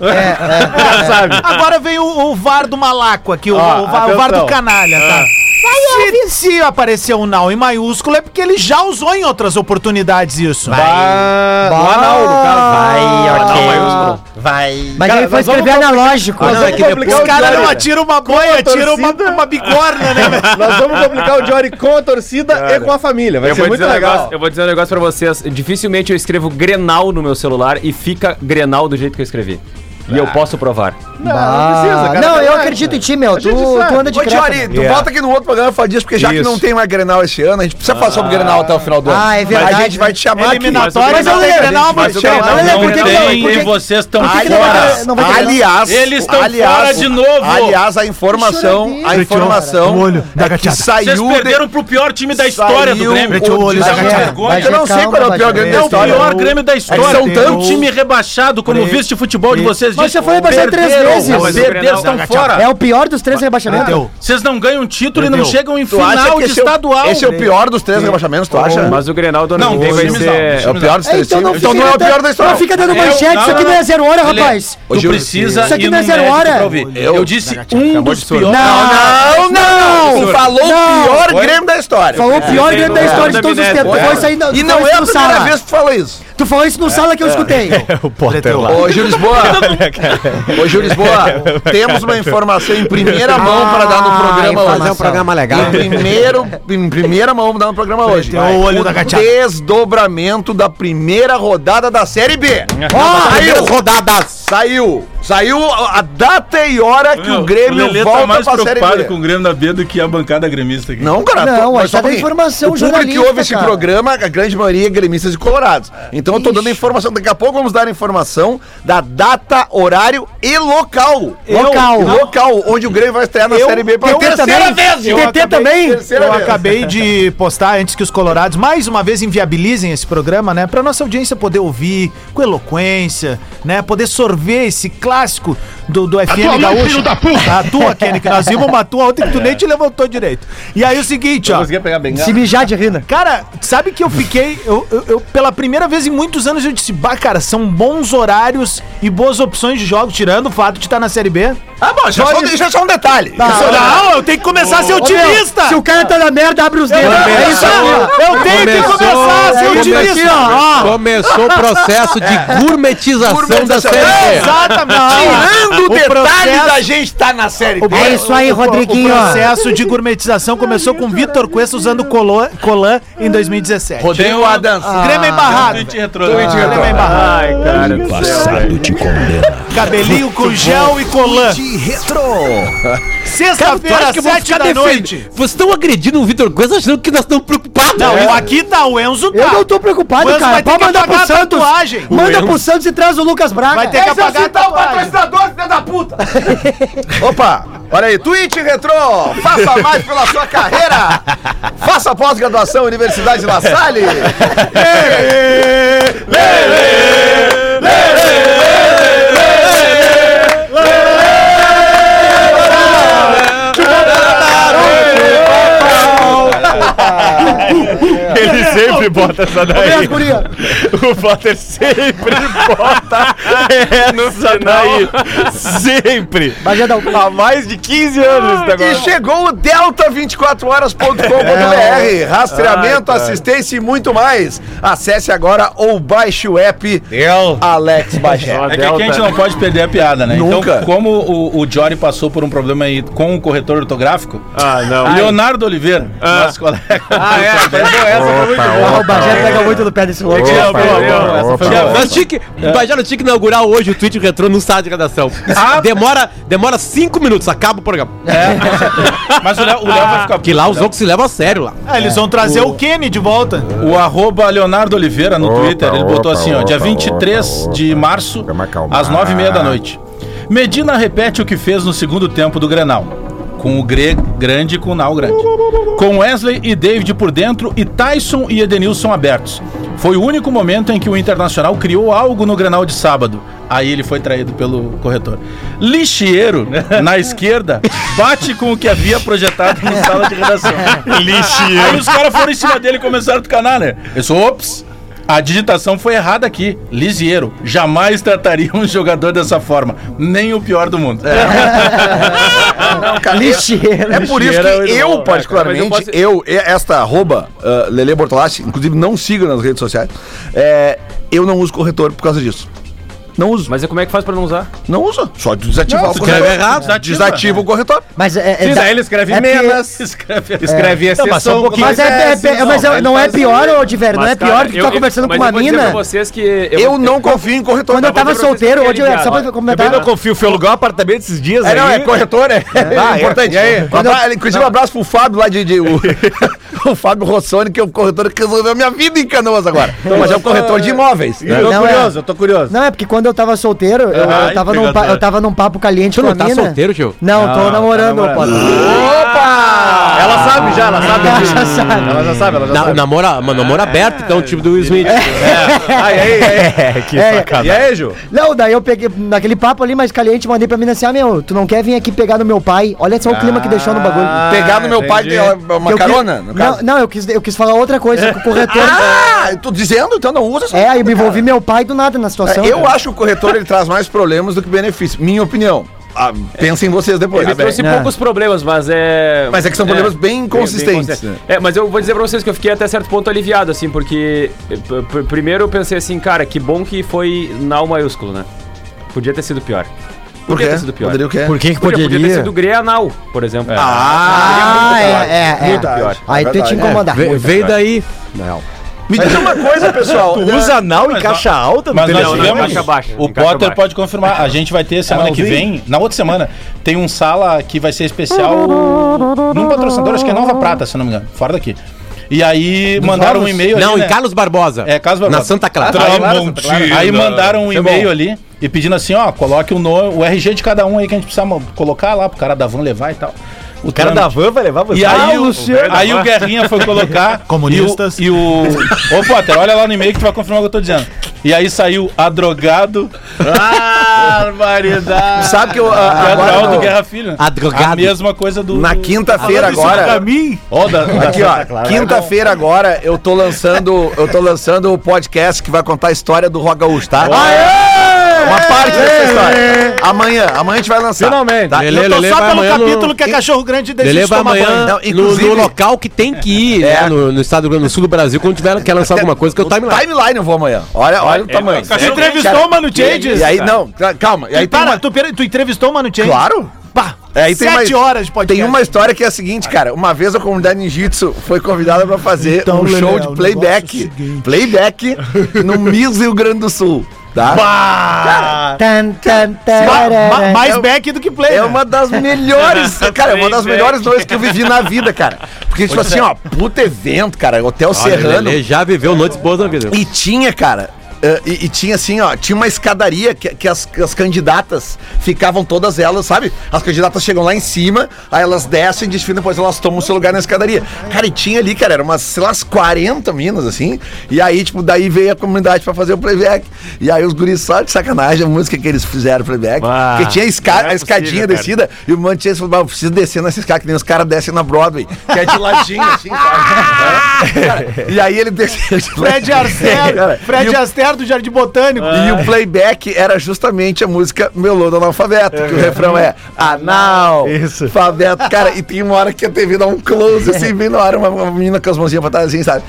[SPEAKER 6] Agora vem o, o VAR do malaco aqui, o,
[SPEAKER 3] Ó,
[SPEAKER 6] o VAR, o VAR do
[SPEAKER 3] atenção.
[SPEAKER 6] canalha, tá? Se, se aparecer um não em maiúsculo é porque ele já usou em outras oportunidades isso.
[SPEAKER 3] Ah, o anal, no caso.
[SPEAKER 9] Vai, ok.
[SPEAKER 4] Mas
[SPEAKER 3] Cara,
[SPEAKER 4] ele foi
[SPEAKER 3] nós vamos
[SPEAKER 4] escrever analógico.
[SPEAKER 9] Nós vamos
[SPEAKER 6] Os
[SPEAKER 3] o
[SPEAKER 6] caras
[SPEAKER 3] Diori.
[SPEAKER 6] não atiram uma boia, atiram uma, uma bigorna, né? velho?
[SPEAKER 3] Nós vamos complicar o Diori com a torcida e com a família. Vai
[SPEAKER 11] eu
[SPEAKER 3] ser
[SPEAKER 11] vou,
[SPEAKER 3] muito
[SPEAKER 11] dizer um
[SPEAKER 3] legal.
[SPEAKER 11] negócio, eu vou dizer um negócio pra vocês. Dificilmente eu escrevo Grenal no meu celular e fica Grenal do jeito que eu escrevi. E
[SPEAKER 9] Ah.
[SPEAKER 11] eu posso provar.
[SPEAKER 3] Não,
[SPEAKER 4] Ah, não, eu acredito em ti, meu. Tu,
[SPEAKER 3] gente sabe.
[SPEAKER 4] tu anda de
[SPEAKER 2] Ô,
[SPEAKER 4] creta,
[SPEAKER 2] Jory,
[SPEAKER 4] meu.
[SPEAKER 2] tu volta aqui no outro programa e fala disso, porque já que
[SPEAKER 11] Isso.
[SPEAKER 2] não tem mais Grenal esse ano, a gente precisa falar sobre o Grenal até o final do ano.
[SPEAKER 4] Ah, é verdade,
[SPEAKER 2] A gente vai te chamar aqui.
[SPEAKER 11] Eliminatória,
[SPEAKER 2] Mas eu
[SPEAKER 11] não tem
[SPEAKER 2] lembro,
[SPEAKER 11] Grenal,
[SPEAKER 2] gente,
[SPEAKER 11] mas
[SPEAKER 2] vai te
[SPEAKER 11] o
[SPEAKER 2] chamar.
[SPEAKER 11] Grenal
[SPEAKER 2] Mas
[SPEAKER 8] Não
[SPEAKER 2] é eu lembro,
[SPEAKER 4] por que que
[SPEAKER 8] tem
[SPEAKER 4] por que-
[SPEAKER 8] e vocês estão
[SPEAKER 4] Por que que não vai-
[SPEAKER 2] Aliás,
[SPEAKER 4] não vai ter Grenal?
[SPEAKER 2] aliás,
[SPEAKER 8] Eles estão
[SPEAKER 2] aliás,
[SPEAKER 8] fora de novo.
[SPEAKER 2] Aliás, a informação, a informação
[SPEAKER 6] O olho da
[SPEAKER 2] é que
[SPEAKER 6] gateada.
[SPEAKER 8] Vocês
[SPEAKER 2] saiu.
[SPEAKER 8] perderam pro pior time da história do
[SPEAKER 2] saiu
[SPEAKER 3] um
[SPEAKER 8] Grêmio.
[SPEAKER 6] o olho da
[SPEAKER 8] Isso é uma
[SPEAKER 6] gateada.
[SPEAKER 8] vergonha.
[SPEAKER 2] Eu não sei qual é o pior Grêmio
[SPEAKER 8] É
[SPEAKER 2] da
[SPEAKER 8] o
[SPEAKER 2] história.
[SPEAKER 8] pior Grêmio da história.
[SPEAKER 2] são
[SPEAKER 8] É um
[SPEAKER 2] tantos.
[SPEAKER 8] time rebaixado, como o vice de futebol de vocês
[SPEAKER 4] Mas
[SPEAKER 8] disse.
[SPEAKER 4] já foi rebaixado três
[SPEAKER 8] Perderam,
[SPEAKER 4] vezes.
[SPEAKER 8] mas
[SPEAKER 11] Não,
[SPEAKER 8] Perderam,
[SPEAKER 11] mas o
[SPEAKER 8] estão
[SPEAKER 11] Grenal-
[SPEAKER 8] fora.
[SPEAKER 4] É o pior dos três rebaixamentos.
[SPEAKER 6] Entendeu?
[SPEAKER 8] Vocês não ganham título e não
[SPEAKER 6] Entendeu?
[SPEAKER 8] chegam em
[SPEAKER 2] Tu acha
[SPEAKER 8] final
[SPEAKER 2] que
[SPEAKER 8] de
[SPEAKER 2] esse é o-
[SPEAKER 8] estadual.
[SPEAKER 2] Esse é o pior dos três rebaixamentos, tu acha?
[SPEAKER 11] Mas o Grenal do ano
[SPEAKER 8] Não,
[SPEAKER 11] que vem
[SPEAKER 8] os
[SPEAKER 11] vai
[SPEAKER 8] times
[SPEAKER 11] ser.
[SPEAKER 2] É o pior dos
[SPEAKER 4] É,
[SPEAKER 2] três.
[SPEAKER 4] então não,
[SPEAKER 2] então não é o
[SPEAKER 4] fica-
[SPEAKER 2] pior da história.
[SPEAKER 4] Não fica dando
[SPEAKER 8] Eu-
[SPEAKER 4] manchete, isso aqui não é zero hora,
[SPEAKER 8] Lelê,
[SPEAKER 4] rapaz.
[SPEAKER 2] Hoje
[SPEAKER 8] Tu
[SPEAKER 2] eu-
[SPEAKER 8] precisa
[SPEAKER 4] Isso aqui
[SPEAKER 8] ir
[SPEAKER 4] não é
[SPEAKER 8] no
[SPEAKER 4] zero
[SPEAKER 8] médico
[SPEAKER 4] hora.
[SPEAKER 8] pra ouvir.
[SPEAKER 2] Eu-
[SPEAKER 8] Eu disse um dos piores.
[SPEAKER 2] Não, não! Tu falou o
[SPEAKER 4] Não.
[SPEAKER 2] pior Grêmio da história.
[SPEAKER 4] Falou o pior Grêmio da
[SPEAKER 11] É,
[SPEAKER 4] história
[SPEAKER 11] da
[SPEAKER 4] de todos os
[SPEAKER 11] Minerva.
[SPEAKER 4] tempos. Tu
[SPEAKER 2] É.
[SPEAKER 4] falou isso aí
[SPEAKER 2] <laughs>
[SPEAKER 4] no-
[SPEAKER 2] E
[SPEAKER 4] tu
[SPEAKER 2] não
[SPEAKER 4] falou
[SPEAKER 2] é
[SPEAKER 4] isso
[SPEAKER 2] a
[SPEAKER 4] no
[SPEAKER 2] primeira
[SPEAKER 4] sala.
[SPEAKER 2] vez que tu fala isso.
[SPEAKER 4] Tu falou isso no sala que eu escutei.
[SPEAKER 9] O Potter lá.
[SPEAKER 2] Ô, Gil Lisboa, ô, Gil Lisboa, temos uma informação em primeira mão
[SPEAKER 6] Ah,
[SPEAKER 2] para dar no programa
[SPEAKER 9] Fazer
[SPEAKER 2] hoje.
[SPEAKER 9] um programa legal.
[SPEAKER 2] Em, primeiro, em primeira mão vamos dar no programa hoje.
[SPEAKER 6] Tem o olho da gateada.
[SPEAKER 2] Desdobramento da primeira rodada da Série B.
[SPEAKER 9] Ó, saiu rodadas.
[SPEAKER 2] Saiu Saiu a a data e hora que o Grêmio
[SPEAKER 3] Lelê
[SPEAKER 2] volta
[SPEAKER 3] tá mais
[SPEAKER 2] pra Série
[SPEAKER 3] preocupado
[SPEAKER 2] B.
[SPEAKER 3] com o Grêmio na B do que a bancada gremista aqui.
[SPEAKER 2] Não, cara.
[SPEAKER 4] Não,
[SPEAKER 2] tô-
[SPEAKER 4] aí
[SPEAKER 2] mas só
[SPEAKER 4] tá da
[SPEAKER 2] porque
[SPEAKER 4] informação
[SPEAKER 2] O público que
[SPEAKER 4] jornalista,
[SPEAKER 2] ouve esse
[SPEAKER 4] cara.
[SPEAKER 2] programa, a grande maioria é gremistas e colorados. Então eu tô dando a informação. Daqui a pouco vamos dar a informação da data, horário e local.
[SPEAKER 4] Local.
[SPEAKER 2] E Local, onde o Grêmio vai estrear na Série B pela
[SPEAKER 6] eu
[SPEAKER 2] terceira
[SPEAKER 6] também-
[SPEAKER 2] vez.
[SPEAKER 6] eu
[SPEAKER 2] TT
[SPEAKER 6] acabei-
[SPEAKER 2] também?
[SPEAKER 6] eu acabei de postar antes que os colorados mais uma vez inviabilizem esse programa, né? Pra nossa audiência poder ouvir com eloquência, né? Poder sorver esse clássico do, do FM
[SPEAKER 5] mãe,
[SPEAKER 6] Gaúcho.
[SPEAKER 5] filho da puta!
[SPEAKER 6] A tua, Kenny, que nós vimos uma tua ontem que tu nem te levantou direito. E aí o seguinte, ó.
[SPEAKER 7] Conseguia pegar bem
[SPEAKER 4] Se mijar de rina.
[SPEAKER 6] Cara, sabe que eu fiquei. Eu, eu- eu- pela primeira vez em muitos anos, eu disse, bah, cara, são bons horários e boas opções de jogos, tirando o fato de estar na Série B.
[SPEAKER 2] Ah, bom, já só, deixa só um detalhe. Isso-
[SPEAKER 6] não, eu tenho que começar a ser
[SPEAKER 4] Se o cara tá na merda, abre os dedos. É isso aí, ó.
[SPEAKER 6] Eu tenho que começar a ser otimista! ó.
[SPEAKER 9] Começou o processo
[SPEAKER 11] É.
[SPEAKER 9] de gourmetização, da
[SPEAKER 2] Gourmetização.
[SPEAKER 9] série B.
[SPEAKER 6] Exatamente!
[SPEAKER 2] Tirando o
[SPEAKER 6] O
[SPEAKER 2] detalhe
[SPEAKER 6] processo-
[SPEAKER 2] da gente tá na Série B.
[SPEAKER 4] É isso aí, Rodriguinho.
[SPEAKER 6] O processo de gourmetização começou com Vitor Cuesta usando colô- Colan em 2017.
[SPEAKER 2] Rodrigo Adams.
[SPEAKER 6] Grêmio Ah, embarrado.
[SPEAKER 3] Tweet retrô.
[SPEAKER 6] Grêmio embarrado.
[SPEAKER 11] Ai, cara.
[SPEAKER 1] O passado te condena.
[SPEAKER 6] Cabelinho com gel e colan. Sexta-feira,
[SPEAKER 9] vão
[SPEAKER 6] sete
[SPEAKER 9] ficar
[SPEAKER 6] da
[SPEAKER 9] defen-
[SPEAKER 6] noite.
[SPEAKER 9] Vocês estão agredindo o Vitor Coelho achando que nós estamos preocupados.
[SPEAKER 3] É
[SPEAKER 6] Não, eu aqui tá, o Enzo tá.
[SPEAKER 4] É. Eu não tô preocupado,
[SPEAKER 6] Mas
[SPEAKER 4] cara.
[SPEAKER 6] vai ter
[SPEAKER 4] Pode
[SPEAKER 6] que
[SPEAKER 4] mandar pro
[SPEAKER 6] apagar a
[SPEAKER 4] Santos.
[SPEAKER 6] tatuagem.
[SPEAKER 4] Manda é pro Santos e traz o Lucas Braga.
[SPEAKER 6] Vai ter que apagar a tatuagem.
[SPEAKER 2] Opa, olha aí, tweet retrô, faça mais pela sua carreira, faça pós-graduação Universidade La Salle.
[SPEAKER 5] Ele sempre bota essa daí.
[SPEAKER 4] Beijo, guria.
[SPEAKER 5] O Potter sempre bota essa daí. Sempre.
[SPEAKER 4] Mas já dá
[SPEAKER 5] Há mais de 15 anos esse
[SPEAKER 2] E
[SPEAKER 5] negócio.
[SPEAKER 2] chegou o delta24horas.com.br, rastreamento, assistência e muito mais. Acesse agora ou baixe o app Alex Bagé.
[SPEAKER 3] É que aqui a gente não pode perder a piada, né?
[SPEAKER 2] Nunca.
[SPEAKER 3] Então, como o, o Jory passou por um problema aí com o corretor ortográfico,
[SPEAKER 5] Ah, não.
[SPEAKER 3] Leonardo Oliveira, nosso colega. Ah, é?
[SPEAKER 4] Ah, o Bagé pega muito no pé desse louco.
[SPEAKER 9] Nós tinha que, mas já não tinha que inaugurar hoje o tweet retrô no site de redação. Isso Demora, demora cinco minutos, acaba o programa.
[SPEAKER 3] Mas o Léo, o Léo vai ficar
[SPEAKER 9] Porque Ah. lá os outros se levam a sério lá.
[SPEAKER 6] Ah, eles vão trazer o Kenny de volta.
[SPEAKER 3] O arroba Leonardo Oliveira no Twitter, ele botou assim, ó, dia
[SPEAKER 1] opa,
[SPEAKER 3] 23
[SPEAKER 1] opa,
[SPEAKER 3] de
[SPEAKER 1] opa.
[SPEAKER 3] março,
[SPEAKER 1] Vamos acalmar.
[SPEAKER 3] às 9h30 da noite. Medina repete o que fez no segundo tempo do Grenal. Com o Gre grande e com o Nau grande. Com Wesley e David por dentro e Tyson e Edenilson abertos. Foi o único momento em que o Internacional criou algo no Grenal de sábado. Aí ele foi traído pelo corretor. Lixeiro, <laughs> na esquerda, bate com o que havia projetado no sala de redação. Aí
[SPEAKER 5] Lixeiro.
[SPEAKER 3] os caras foram em cima dele e começaram a tucanar, né? Eu sou, ops, a digitação foi errada aqui. Lisieiro, jamais trataria um jogador dessa forma. Nem o pior do mundo. É,
[SPEAKER 4] Lixeira.
[SPEAKER 2] É por isso
[SPEAKER 3] Lixeira é o
[SPEAKER 2] que
[SPEAKER 3] irmão,
[SPEAKER 2] eu, particularmente,
[SPEAKER 11] Mas
[SPEAKER 2] eu, e- esta arroba, ah, Lele Bortolassi, inclusive não siga nas redes sociais, é, eu não uso corretor por causa disso. Não uso,
[SPEAKER 11] Mas e como é que faz pra não usar?
[SPEAKER 2] não uso. Só desativar o corretor.
[SPEAKER 9] escreve errado.
[SPEAKER 2] Desativa, Desativa o corretor.
[SPEAKER 4] Mas é. é
[SPEAKER 7] Diz
[SPEAKER 4] da-
[SPEAKER 7] aí, ele escreve
[SPEAKER 4] é porque-
[SPEAKER 7] menos,
[SPEAKER 3] Escreve assim.
[SPEAKER 7] escreve exceção.
[SPEAKER 9] mas só um pouquinho.
[SPEAKER 4] Mas, é, é- é- mas é- não é pior, ô Diverio, não
[SPEAKER 11] Mas,
[SPEAKER 4] é
[SPEAKER 11] cara,
[SPEAKER 4] pior do que tu tá
[SPEAKER 11] eu- eu-
[SPEAKER 4] conversando com
[SPEAKER 11] mas
[SPEAKER 4] uma
[SPEAKER 11] eu vou dizer
[SPEAKER 4] mina.
[SPEAKER 11] pra vocês que eu,
[SPEAKER 2] Eu não confio em corretor.
[SPEAKER 4] Quando eu tava
[SPEAKER 11] dizer pra vocês
[SPEAKER 4] solteiro,
[SPEAKER 11] que
[SPEAKER 4] ô
[SPEAKER 11] querem
[SPEAKER 4] Diverio, só
[SPEAKER 11] viajar.
[SPEAKER 4] pra comentar.
[SPEAKER 7] confio, fui alugar um apartamento esses dias
[SPEAKER 2] É, não, é corretor, é, é importante. Um abra- Inclusive, um abraço pro Fábio lá de. de- o, <laughs> o Fábio Rossoni, que é o corretor que resolveu minha vida em canoas agora. mas é um corretor de imóveis. né?
[SPEAKER 7] Eu tô
[SPEAKER 4] Não, é.
[SPEAKER 7] curioso, eu tô curioso.
[SPEAKER 4] Não, é porque quando eu tava solteiro, eu, eu
[SPEAKER 3] Ai,
[SPEAKER 4] tava, num, pa-
[SPEAKER 3] pegador.
[SPEAKER 4] eu tava num papo caliente
[SPEAKER 9] Tu
[SPEAKER 4] com a
[SPEAKER 9] não
[SPEAKER 4] mina.
[SPEAKER 9] tá solteiro, Gil?
[SPEAKER 4] Não, tô namorando, ô Potter.
[SPEAKER 2] Opa!
[SPEAKER 7] Ela sabe já, ela
[SPEAKER 4] Ela
[SPEAKER 7] sabe.
[SPEAKER 4] <laughs> já sabe.
[SPEAKER 7] Ela já sabe, ela já
[SPEAKER 9] Na,
[SPEAKER 7] sabe.
[SPEAKER 9] namora, mano, namora aberto, então, tipo do Will Smith.
[SPEAKER 7] Aí, aí, aí. que
[SPEAKER 4] É,
[SPEAKER 7] E aí, Ju?
[SPEAKER 4] Não, daí eu peguei naquele papo ali mais caliente, mandei pra mina assim: ah, meu, tu não quer vir aqui pegar no meu pai? Olha só o clima que deixou no bagulho.
[SPEAKER 2] Pegar no meu pai
[SPEAKER 7] entendi.
[SPEAKER 2] tem uma uma
[SPEAKER 4] Eu quis-
[SPEAKER 2] carona, no caso.
[SPEAKER 4] Não, não eu, quis, eu quis falar outra coisa com o corretor.
[SPEAKER 2] Ah, eu tô dizendo, então não usa essa
[SPEAKER 4] é, aí eu
[SPEAKER 2] merda,
[SPEAKER 4] me
[SPEAKER 2] cara.
[SPEAKER 4] envolvi meu pai do nada na situação.
[SPEAKER 2] É, Eu
[SPEAKER 4] cara.
[SPEAKER 2] acho que o corretor ele traz mais problemas do que benefícios. Minha opinião. Ah, pensem vocês depois.
[SPEAKER 11] Ele
[SPEAKER 2] Tá bem.
[SPEAKER 11] trouxe
[SPEAKER 4] É.
[SPEAKER 11] poucos problemas, mas é.
[SPEAKER 2] Mas é que são problemas bem consistentes, né?
[SPEAKER 11] É, mas eu vou dizer pra vocês que eu fiquei até certo ponto aliviado, assim, porque. eh, p- p- Primeiro eu pensei assim, cara, que bom que foi na U maiúsculo, né? Podia ter sido pior.
[SPEAKER 2] Por quê?
[SPEAKER 11] ter sido pior.
[SPEAKER 2] Poderia o quê?
[SPEAKER 9] Por que que
[SPEAKER 11] Podia, podia ter
[SPEAKER 9] poderia?
[SPEAKER 11] sido Greanal, por exemplo.
[SPEAKER 2] Ah,
[SPEAKER 4] Ah, é, é, é.
[SPEAKER 2] Muito pior.
[SPEAKER 4] Aí tu ia te
[SPEAKER 2] Verdade.
[SPEAKER 9] É,
[SPEAKER 4] incomodar.
[SPEAKER 9] Ve- Veio daí.
[SPEAKER 2] Me diz uma coisa, pessoal.
[SPEAKER 12] Tu usa anal em caixa alta no
[SPEAKER 3] Mas nós
[SPEAKER 12] telefone?
[SPEAKER 3] tivemos,
[SPEAKER 11] caixa baixa,
[SPEAKER 3] o
[SPEAKER 11] em caixa
[SPEAKER 3] Potter
[SPEAKER 11] baixa.
[SPEAKER 3] pode confirmar. A gente vai ter semana que vem, na outra semana, tem um sala que vai ser especial num patrocinador, acho que é Nova Prata, se não me engano, fora daqui. E aí mandaram um e-mail
[SPEAKER 9] Não,
[SPEAKER 3] ali,
[SPEAKER 9] em
[SPEAKER 3] né?
[SPEAKER 9] Carlos Barbosa.
[SPEAKER 3] É, Carlos Barbosa.
[SPEAKER 9] Na Santa Clara.
[SPEAKER 5] Tramontina.
[SPEAKER 3] Aí mandaram um e-mail ali e pedindo assim, ó, coloque o, no, o RG de cada um aí que a gente precisa mo- colocar lá pro cara da van levar e tal.
[SPEAKER 12] O cara da van vai levar você.
[SPEAKER 3] E aí,
[SPEAKER 12] Ah,
[SPEAKER 3] o, aí o Guerrinha foi colocar.
[SPEAKER 6] Comunistas.
[SPEAKER 3] E o. E o... Ô, Potter, olha lá no e-mail que tu vai confirmar o que eu tô dizendo. E aí saiu adrogado. <laughs> Barbaridade.
[SPEAKER 2] Sabe que eu. a-
[SPEAKER 3] Adroaldo
[SPEAKER 2] Agora,
[SPEAKER 3] Guerra Filho.
[SPEAKER 9] Adrogado.
[SPEAKER 3] A mesma coisa do.
[SPEAKER 2] na
[SPEAKER 3] do-
[SPEAKER 2] quinta-feira
[SPEAKER 6] Pra
[SPEAKER 2] agora. tá
[SPEAKER 6] mim,
[SPEAKER 3] Ó, da- da-
[SPEAKER 2] Aqui, ó. Quinta-feira agora eu tô lançando, eu tô lançando o podcast que vai contar a história do Rock Gaúcho, tá? Uma parte dessa história. Amanhã, amanhã a gente vai lançar.
[SPEAKER 7] Finalmente.
[SPEAKER 2] Tá?
[SPEAKER 9] Lelê,
[SPEAKER 6] eu tô
[SPEAKER 9] Lelê
[SPEAKER 6] só
[SPEAKER 9] vai
[SPEAKER 6] pelo
[SPEAKER 9] amanhã no-
[SPEAKER 6] capítulo que é cachorro grande deixa
[SPEAKER 9] Lele
[SPEAKER 6] de
[SPEAKER 9] vai
[SPEAKER 6] tomar
[SPEAKER 9] amanhã
[SPEAKER 12] Então,
[SPEAKER 2] banho. Não,
[SPEAKER 9] no,
[SPEAKER 2] inclusive-
[SPEAKER 9] no local que tem que ir,
[SPEAKER 2] É.
[SPEAKER 9] né, no, no estado do Rio Grande do Sul do Brasil, quando tiver, quer lançar alguma coisa, que é o timeline.
[SPEAKER 12] tá
[SPEAKER 2] Timeline eu vou amanhã. Olha, olha o tamanho.
[SPEAKER 6] Tu entrevistou É, o Mano Changes?
[SPEAKER 2] E aí, não, ca- calma. E aí tem
[SPEAKER 6] para,
[SPEAKER 2] uma...
[SPEAKER 6] tu, pera- tu entrevistou o Mano Changes?
[SPEAKER 2] Claro.
[SPEAKER 6] Pá,
[SPEAKER 2] É, aí tem mais-
[SPEAKER 6] sete horas de podcast.
[SPEAKER 2] Tem uma história que é a seguinte, cara. Uma vez a comunidade ninjitsu foi convidada pra fazer
[SPEAKER 6] Então,
[SPEAKER 2] um
[SPEAKER 6] Lelé,
[SPEAKER 2] show de
[SPEAKER 6] o negócio é
[SPEAKER 2] playback.
[SPEAKER 6] o seguinte.
[SPEAKER 2] playback no Miss Rio Grande do Sul. Tá?
[SPEAKER 4] Tan, tan,
[SPEAKER 6] Ma- ma-
[SPEAKER 4] tararara.
[SPEAKER 6] mais
[SPEAKER 2] É o-
[SPEAKER 6] back do que play.
[SPEAKER 2] É
[SPEAKER 6] né?
[SPEAKER 2] uma das melhores, cara, é uma das melhores noites que eu vivi na vida, cara. Porque, tipo assim, ó, puta evento, cara, Hotel
[SPEAKER 9] é
[SPEAKER 2] Serrano.
[SPEAKER 9] Lele já viveu noites boas na vida.
[SPEAKER 2] E tinha, cara. eh, e, e tinha assim, ó, tinha uma escadaria que, que as, que as candidatas ficavam todas elas, sabe? As candidatas chegam lá em cima, aí elas descem, desfilam, depois elas tomam o seu lugar na escadaria. Cara, e tinha ali, cara, eram umas, sei lá, umas 40 minas, assim. E aí, tipo, daí veio a comunidade pra fazer o playback. E aí os guris só de sacanagem a música que eles fizeram playback.
[SPEAKER 9] Ah,
[SPEAKER 2] porque tinha a, esca-
[SPEAKER 9] não é
[SPEAKER 2] a escadinha
[SPEAKER 9] possível, cara.
[SPEAKER 2] descida e o Mantinha falou, "Bah, eu preciso descer nessa escada, que nem os caras descem na
[SPEAKER 9] <laughs>
[SPEAKER 2] Broadway. Que é de ladinho, assim, sabe? Cara, e aí ele desceu de
[SPEAKER 6] <laughs> Fred Astaire,
[SPEAKER 2] Cara,
[SPEAKER 6] Fred
[SPEAKER 2] e o-
[SPEAKER 6] Astaire do Jardim Botânico.
[SPEAKER 2] E
[SPEAKER 7] Ah.
[SPEAKER 2] o playback era justamente a música Melô do Analfabeto, que o refrão é Anal,
[SPEAKER 12] Isso.
[SPEAKER 2] Alfabeto. Cara, e tem uma hora que a TV dá um close,
[SPEAKER 7] É.
[SPEAKER 2] assim, bem na hora, uma, uma menina com as mãozinhas pra trás, assim, sabe?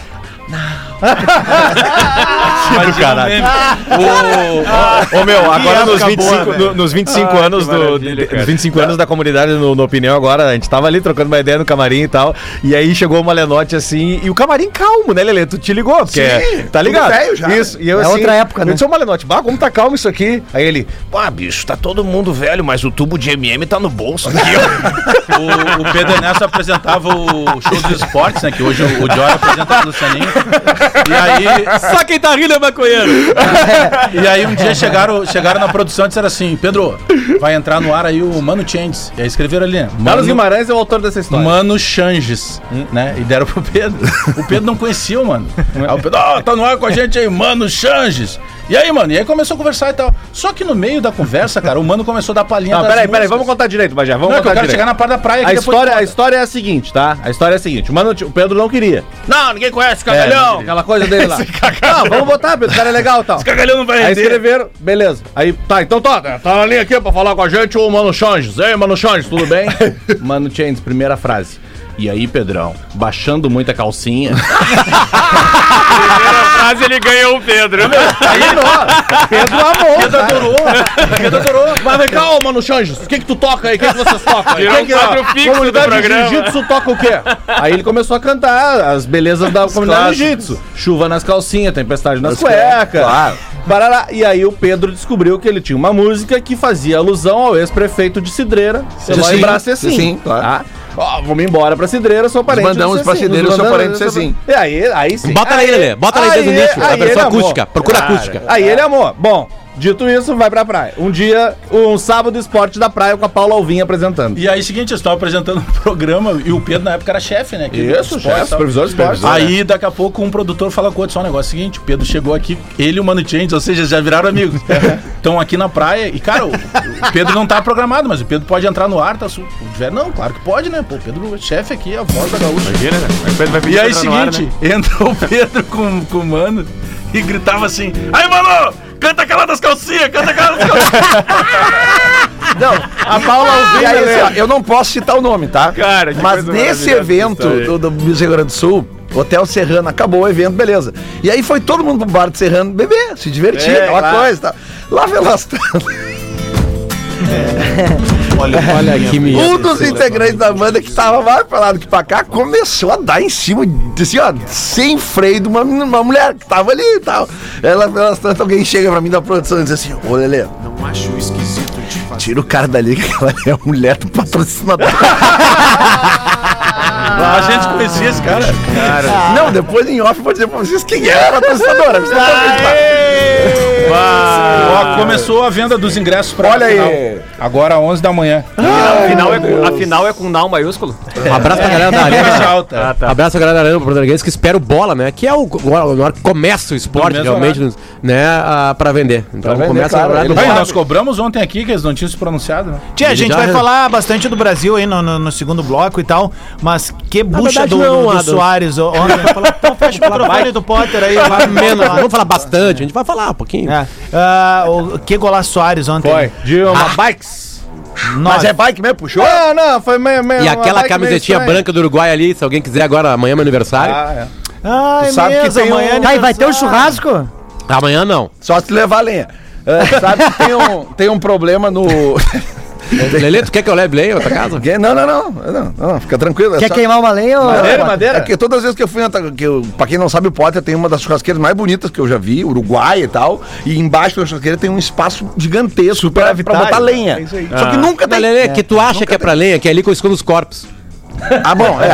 [SPEAKER 12] Ô meu, agora nos
[SPEAKER 6] época
[SPEAKER 12] 25,
[SPEAKER 3] né?
[SPEAKER 6] boa,
[SPEAKER 12] no- nos 25 anos do, de- nos 25 anos da comunidade no, no opinião agora, a gente tava ali trocando uma ideia no camarim e tal. E aí chegou uma Lenote assim, e o camarim calmo, né, Lelê? Tu te ligou, porque
[SPEAKER 2] Sim,
[SPEAKER 12] tá ligado?
[SPEAKER 2] tudo velho já,
[SPEAKER 12] Isso. E eu,
[SPEAKER 4] É
[SPEAKER 12] assim,
[SPEAKER 4] outra época, né?
[SPEAKER 12] Eu disse, ô Malenote, bah, como tá calmo isso aqui? Aí ele,
[SPEAKER 1] Pá, bicho, tá todo mundo velho, mas o tubo de MM tá no bolso.
[SPEAKER 3] O, o Pedro Ernesto apresentava o show dos esportes, né? Que hoje o, o Joy apresenta o Lucianinho. E aí,
[SPEAKER 9] Só quem tá rindo é maconheiro.
[SPEAKER 3] E aí um dia chegaram, chegaram na produção e disseram assim, Pedro, vai entrar no ar aí o Mano Changes. E aí escreveram ali, né?
[SPEAKER 7] Carlos
[SPEAKER 3] Mano,
[SPEAKER 7] Guimarães é o autor dessa história. Hum.
[SPEAKER 3] Mano Changes, né? E deram pro Pedro. O Pedro não conhecia o Mano. Aí o Pedro, ó, tá no ar com a gente aí, Mano Changes. E aí, mano, e aí começou a conversar e tal. Só que no meio da conversa, cara, o Mano começou a dar palhinha
[SPEAKER 7] Não,
[SPEAKER 3] das
[SPEAKER 7] peraí, peraí,
[SPEAKER 3] músicas.
[SPEAKER 7] vamos contar direito, Bajé. Vamos
[SPEAKER 3] Não, é que eu
[SPEAKER 7] contar
[SPEAKER 3] quero
[SPEAKER 7] direito.
[SPEAKER 3] chegar na parte da praia. que
[SPEAKER 7] A
[SPEAKER 3] depois
[SPEAKER 7] história,
[SPEAKER 3] tu
[SPEAKER 7] a
[SPEAKER 3] conta.
[SPEAKER 7] história é a seguinte, tá? A história é a seguinte. Mano, o Pedro não queria.
[SPEAKER 5] Não, ninguém conhece o
[SPEAKER 7] É,
[SPEAKER 5] cagalhão.
[SPEAKER 7] aquela coisa
[SPEAKER 5] <laughs>
[SPEAKER 7] dele lá. Não, vamos botar, Pedro. O cara é legal e tal.
[SPEAKER 5] Cagalhão não vai
[SPEAKER 7] Aí
[SPEAKER 5] render.
[SPEAKER 7] escreveram, beleza. Aí, tá, então tá, tá, tá na linha aqui pra falar com a gente o Mano Changes. Ei, Mano Changes, tudo bem? <laughs> Mano Changes, primeira frase. E aí, Pedrão, baixando muita <laughs> calcinha.
[SPEAKER 5] Quase ele ganhou o Pedro.
[SPEAKER 7] Aí não, Pedro amou. Pedro adorou. Pedro adorou. Mas vem cá, ô Mano Changes, o que que tu toca aí? O que que vocês tocam aí?
[SPEAKER 5] Virou
[SPEAKER 7] Quem que
[SPEAKER 5] um quadro
[SPEAKER 7] a
[SPEAKER 5] fixo do
[SPEAKER 7] comunidade
[SPEAKER 5] programa.
[SPEAKER 7] Jiu-Jitsu toca o quê? Aí ele começou a cantar as belezas da comunidade Jiu-Jitsu. Chuva nas calcinhas, tempestade nas cuecas. Claro. Barará. E aí o Pedro descobriu que ele tinha uma música que fazia alusão ao ex-prefeito de Cidreira, Eloy
[SPEAKER 2] Sim,
[SPEAKER 7] Braço assim.
[SPEAKER 2] sim, claro.
[SPEAKER 7] Tá? Ó, vamos embora pra Cidreira, sou parente. do
[SPEAKER 2] mandamos
[SPEAKER 7] Cecim.
[SPEAKER 2] pra Cidreira,
[SPEAKER 7] Nos
[SPEAKER 2] sou
[SPEAKER 7] mandamos-
[SPEAKER 2] parente do Cecim.
[SPEAKER 7] E É, aí, aí sim.
[SPEAKER 9] Bota aí, Lelê. Bota aí desde o início, a
[SPEAKER 7] aí
[SPEAKER 9] versão
[SPEAKER 7] ele é amou.
[SPEAKER 9] acústica. Procura acústica.
[SPEAKER 7] Ah, Aí ele amou. Bom, dito isso, vai pra praia. Um dia, um sábado esporte da praia com a Paula Alvim apresentando.
[SPEAKER 3] E aí, seguinte, eles estavam apresentando o <laughs> programa e o Pedro na época era chefe, né? que-
[SPEAKER 7] Isso,
[SPEAKER 3] esporte,
[SPEAKER 7] chefe,
[SPEAKER 3] tal.
[SPEAKER 7] supervisor de esporte. né?
[SPEAKER 3] Aí, daqui a pouco, um produtor fala com o outro, só um negócio seguinte, o Pedro chegou aqui, ele e o Mano Changes, ou seja, já viraram
[SPEAKER 7] <laughs>
[SPEAKER 3] amigos.
[SPEAKER 7] É.
[SPEAKER 3] Estão aqui na praia e, cara, o, o Pedro não tá programado, mas o Pedro pode entrar no ar, tá? su- tiver- Não, claro que pode, né? Pô, o Pedro é chefe aqui, é a voz da gaúcha. E aí, seguinte,
[SPEAKER 7] né?
[SPEAKER 3] entrou o Pedro com, com o Mano e gritava assim, aí, Mano, canta aquela das calcinhas, canta aquela das calcinhas.
[SPEAKER 2] A Paula Alvim, eu não posso citar o nome, tá?
[SPEAKER 5] Cara, que
[SPEAKER 2] Mas
[SPEAKER 5] coisa
[SPEAKER 2] nesse
[SPEAKER 5] maravilhosa
[SPEAKER 2] evento
[SPEAKER 5] essa história.
[SPEAKER 2] do, do Miss Rio Grande do Sul, Hotel Serrano, acabou o evento, beleza. E aí foi todo mundo pro bar do Serrano beber, se divertir,
[SPEAKER 7] É,
[SPEAKER 2] aquela
[SPEAKER 7] claro.
[SPEAKER 2] coisa e tal. Lá pelas tantas.
[SPEAKER 6] É.
[SPEAKER 2] <laughs>
[SPEAKER 6] Olha,
[SPEAKER 9] que
[SPEAKER 2] Um dos integrantes da banda que tava mais pra lá do que pra cá começou a dar em cima, de- assim, ó, sem freio de uma, men- uma mulher que tava ali e tal. Ela, elas tanto alguém chega pra mim da produção e diz assim: Ô Lelê,
[SPEAKER 13] Não acho esquisito de fazer.
[SPEAKER 2] tira o cara dali que ela é a mulher do
[SPEAKER 4] <laughs>
[SPEAKER 2] patrocinador.
[SPEAKER 7] Ah,
[SPEAKER 3] a gente conhecia esse cara.
[SPEAKER 2] Não, depois em off eu vou dizer pra vocês quem é a patrocinadora. Vocês vão acreditar.
[SPEAKER 7] Ah.
[SPEAKER 3] Ó, começou a venda dos ingressos pra
[SPEAKER 2] Olha
[SPEAKER 3] final.
[SPEAKER 2] aí.
[SPEAKER 3] Agora 11 da manhã.
[SPEAKER 7] Ah.
[SPEAKER 11] Afinal é, com, afinal é com não maiúsculo? Ah,
[SPEAKER 9] Um abraço pra galera da
[SPEAKER 7] <laughs>
[SPEAKER 3] Essa
[SPEAKER 9] Arena.
[SPEAKER 7] Ah.
[SPEAKER 3] alta.
[SPEAKER 11] Tá.
[SPEAKER 9] Abraço a galera da Arena Português que espera o bola, né? Que é o, o, o, o começa o esporte
[SPEAKER 3] No mesmo
[SPEAKER 9] realmente, né? ah, pra vender. Então
[SPEAKER 2] vender,
[SPEAKER 9] começa
[SPEAKER 2] claro,
[SPEAKER 9] a
[SPEAKER 2] ele
[SPEAKER 3] Bem, nós cobramos ontem aqui que eles não tinham se pronunciado, né?
[SPEAKER 6] Tia, a
[SPEAKER 9] Ele
[SPEAKER 6] gente
[SPEAKER 9] já
[SPEAKER 6] vai
[SPEAKER 9] re-
[SPEAKER 6] falar bastante do Brasil aí no, no- no segundo bloco e tal, mas que bucha
[SPEAKER 9] verdade
[SPEAKER 6] do,
[SPEAKER 9] não,
[SPEAKER 6] do
[SPEAKER 9] Adams.
[SPEAKER 6] Soares ó, ontem. Fala- Então fecha o microfone do Potter aí. <laughs> vai, vai
[SPEAKER 9] menos.
[SPEAKER 6] falar.
[SPEAKER 9] Vamos falar bastante, a gente vai falar um pouquinho.
[SPEAKER 6] É. Ah, o, que golaço Soares ontem.
[SPEAKER 7] Foi. De
[SPEAKER 3] É
[SPEAKER 7] uma
[SPEAKER 9] Ah.
[SPEAKER 7] bikes.
[SPEAKER 2] Mas
[SPEAKER 6] Nossa,
[SPEAKER 2] é bike mesmo, puxou?
[SPEAKER 7] Ah, não, foi meio,
[SPEAKER 3] É
[SPEAKER 7] meio,
[SPEAKER 9] E
[SPEAKER 7] uma
[SPEAKER 9] aquela
[SPEAKER 7] bike meio
[SPEAKER 9] camisetinha
[SPEAKER 7] estranha.
[SPEAKER 9] branca do Uruguai ali, se alguém quiser agora, amanhã é meu aniversário.
[SPEAKER 7] Ah,
[SPEAKER 6] Ai,
[SPEAKER 7] Tu sabe que
[SPEAKER 6] mesmo,
[SPEAKER 7] tem um-
[SPEAKER 6] amanhã é
[SPEAKER 4] Tá, e vai ter um
[SPEAKER 6] aniversário.
[SPEAKER 4] churrasco?
[SPEAKER 9] Amanhã não.
[SPEAKER 2] Só se levar a lenha. É, sabe que tem um, tem um problema no. <laughs>
[SPEAKER 9] Lelê, tu quer que eu leve Lelê pra tua casa?
[SPEAKER 2] Não, não, não, não, não, fica tranquilo. é
[SPEAKER 4] Quer
[SPEAKER 2] só-
[SPEAKER 4] queimar uma lenha ou...
[SPEAKER 2] Madeira, madeira. É que todas as vezes que eu fui na. ta- Que eu, pra quem não sabe, o Potter tem uma das churrasqueiras mais bonitas que eu já vi, Uruguai e tal. E embaixo da churrasqueira tem um espaço gigantesco pra, pra botar lenha. Só que nunca
[SPEAKER 9] Não,
[SPEAKER 2] tem.
[SPEAKER 9] Lelê, que tu acha que é pra lenha, que é ali que eu escondo os corpos.
[SPEAKER 2] Ah, bom, é.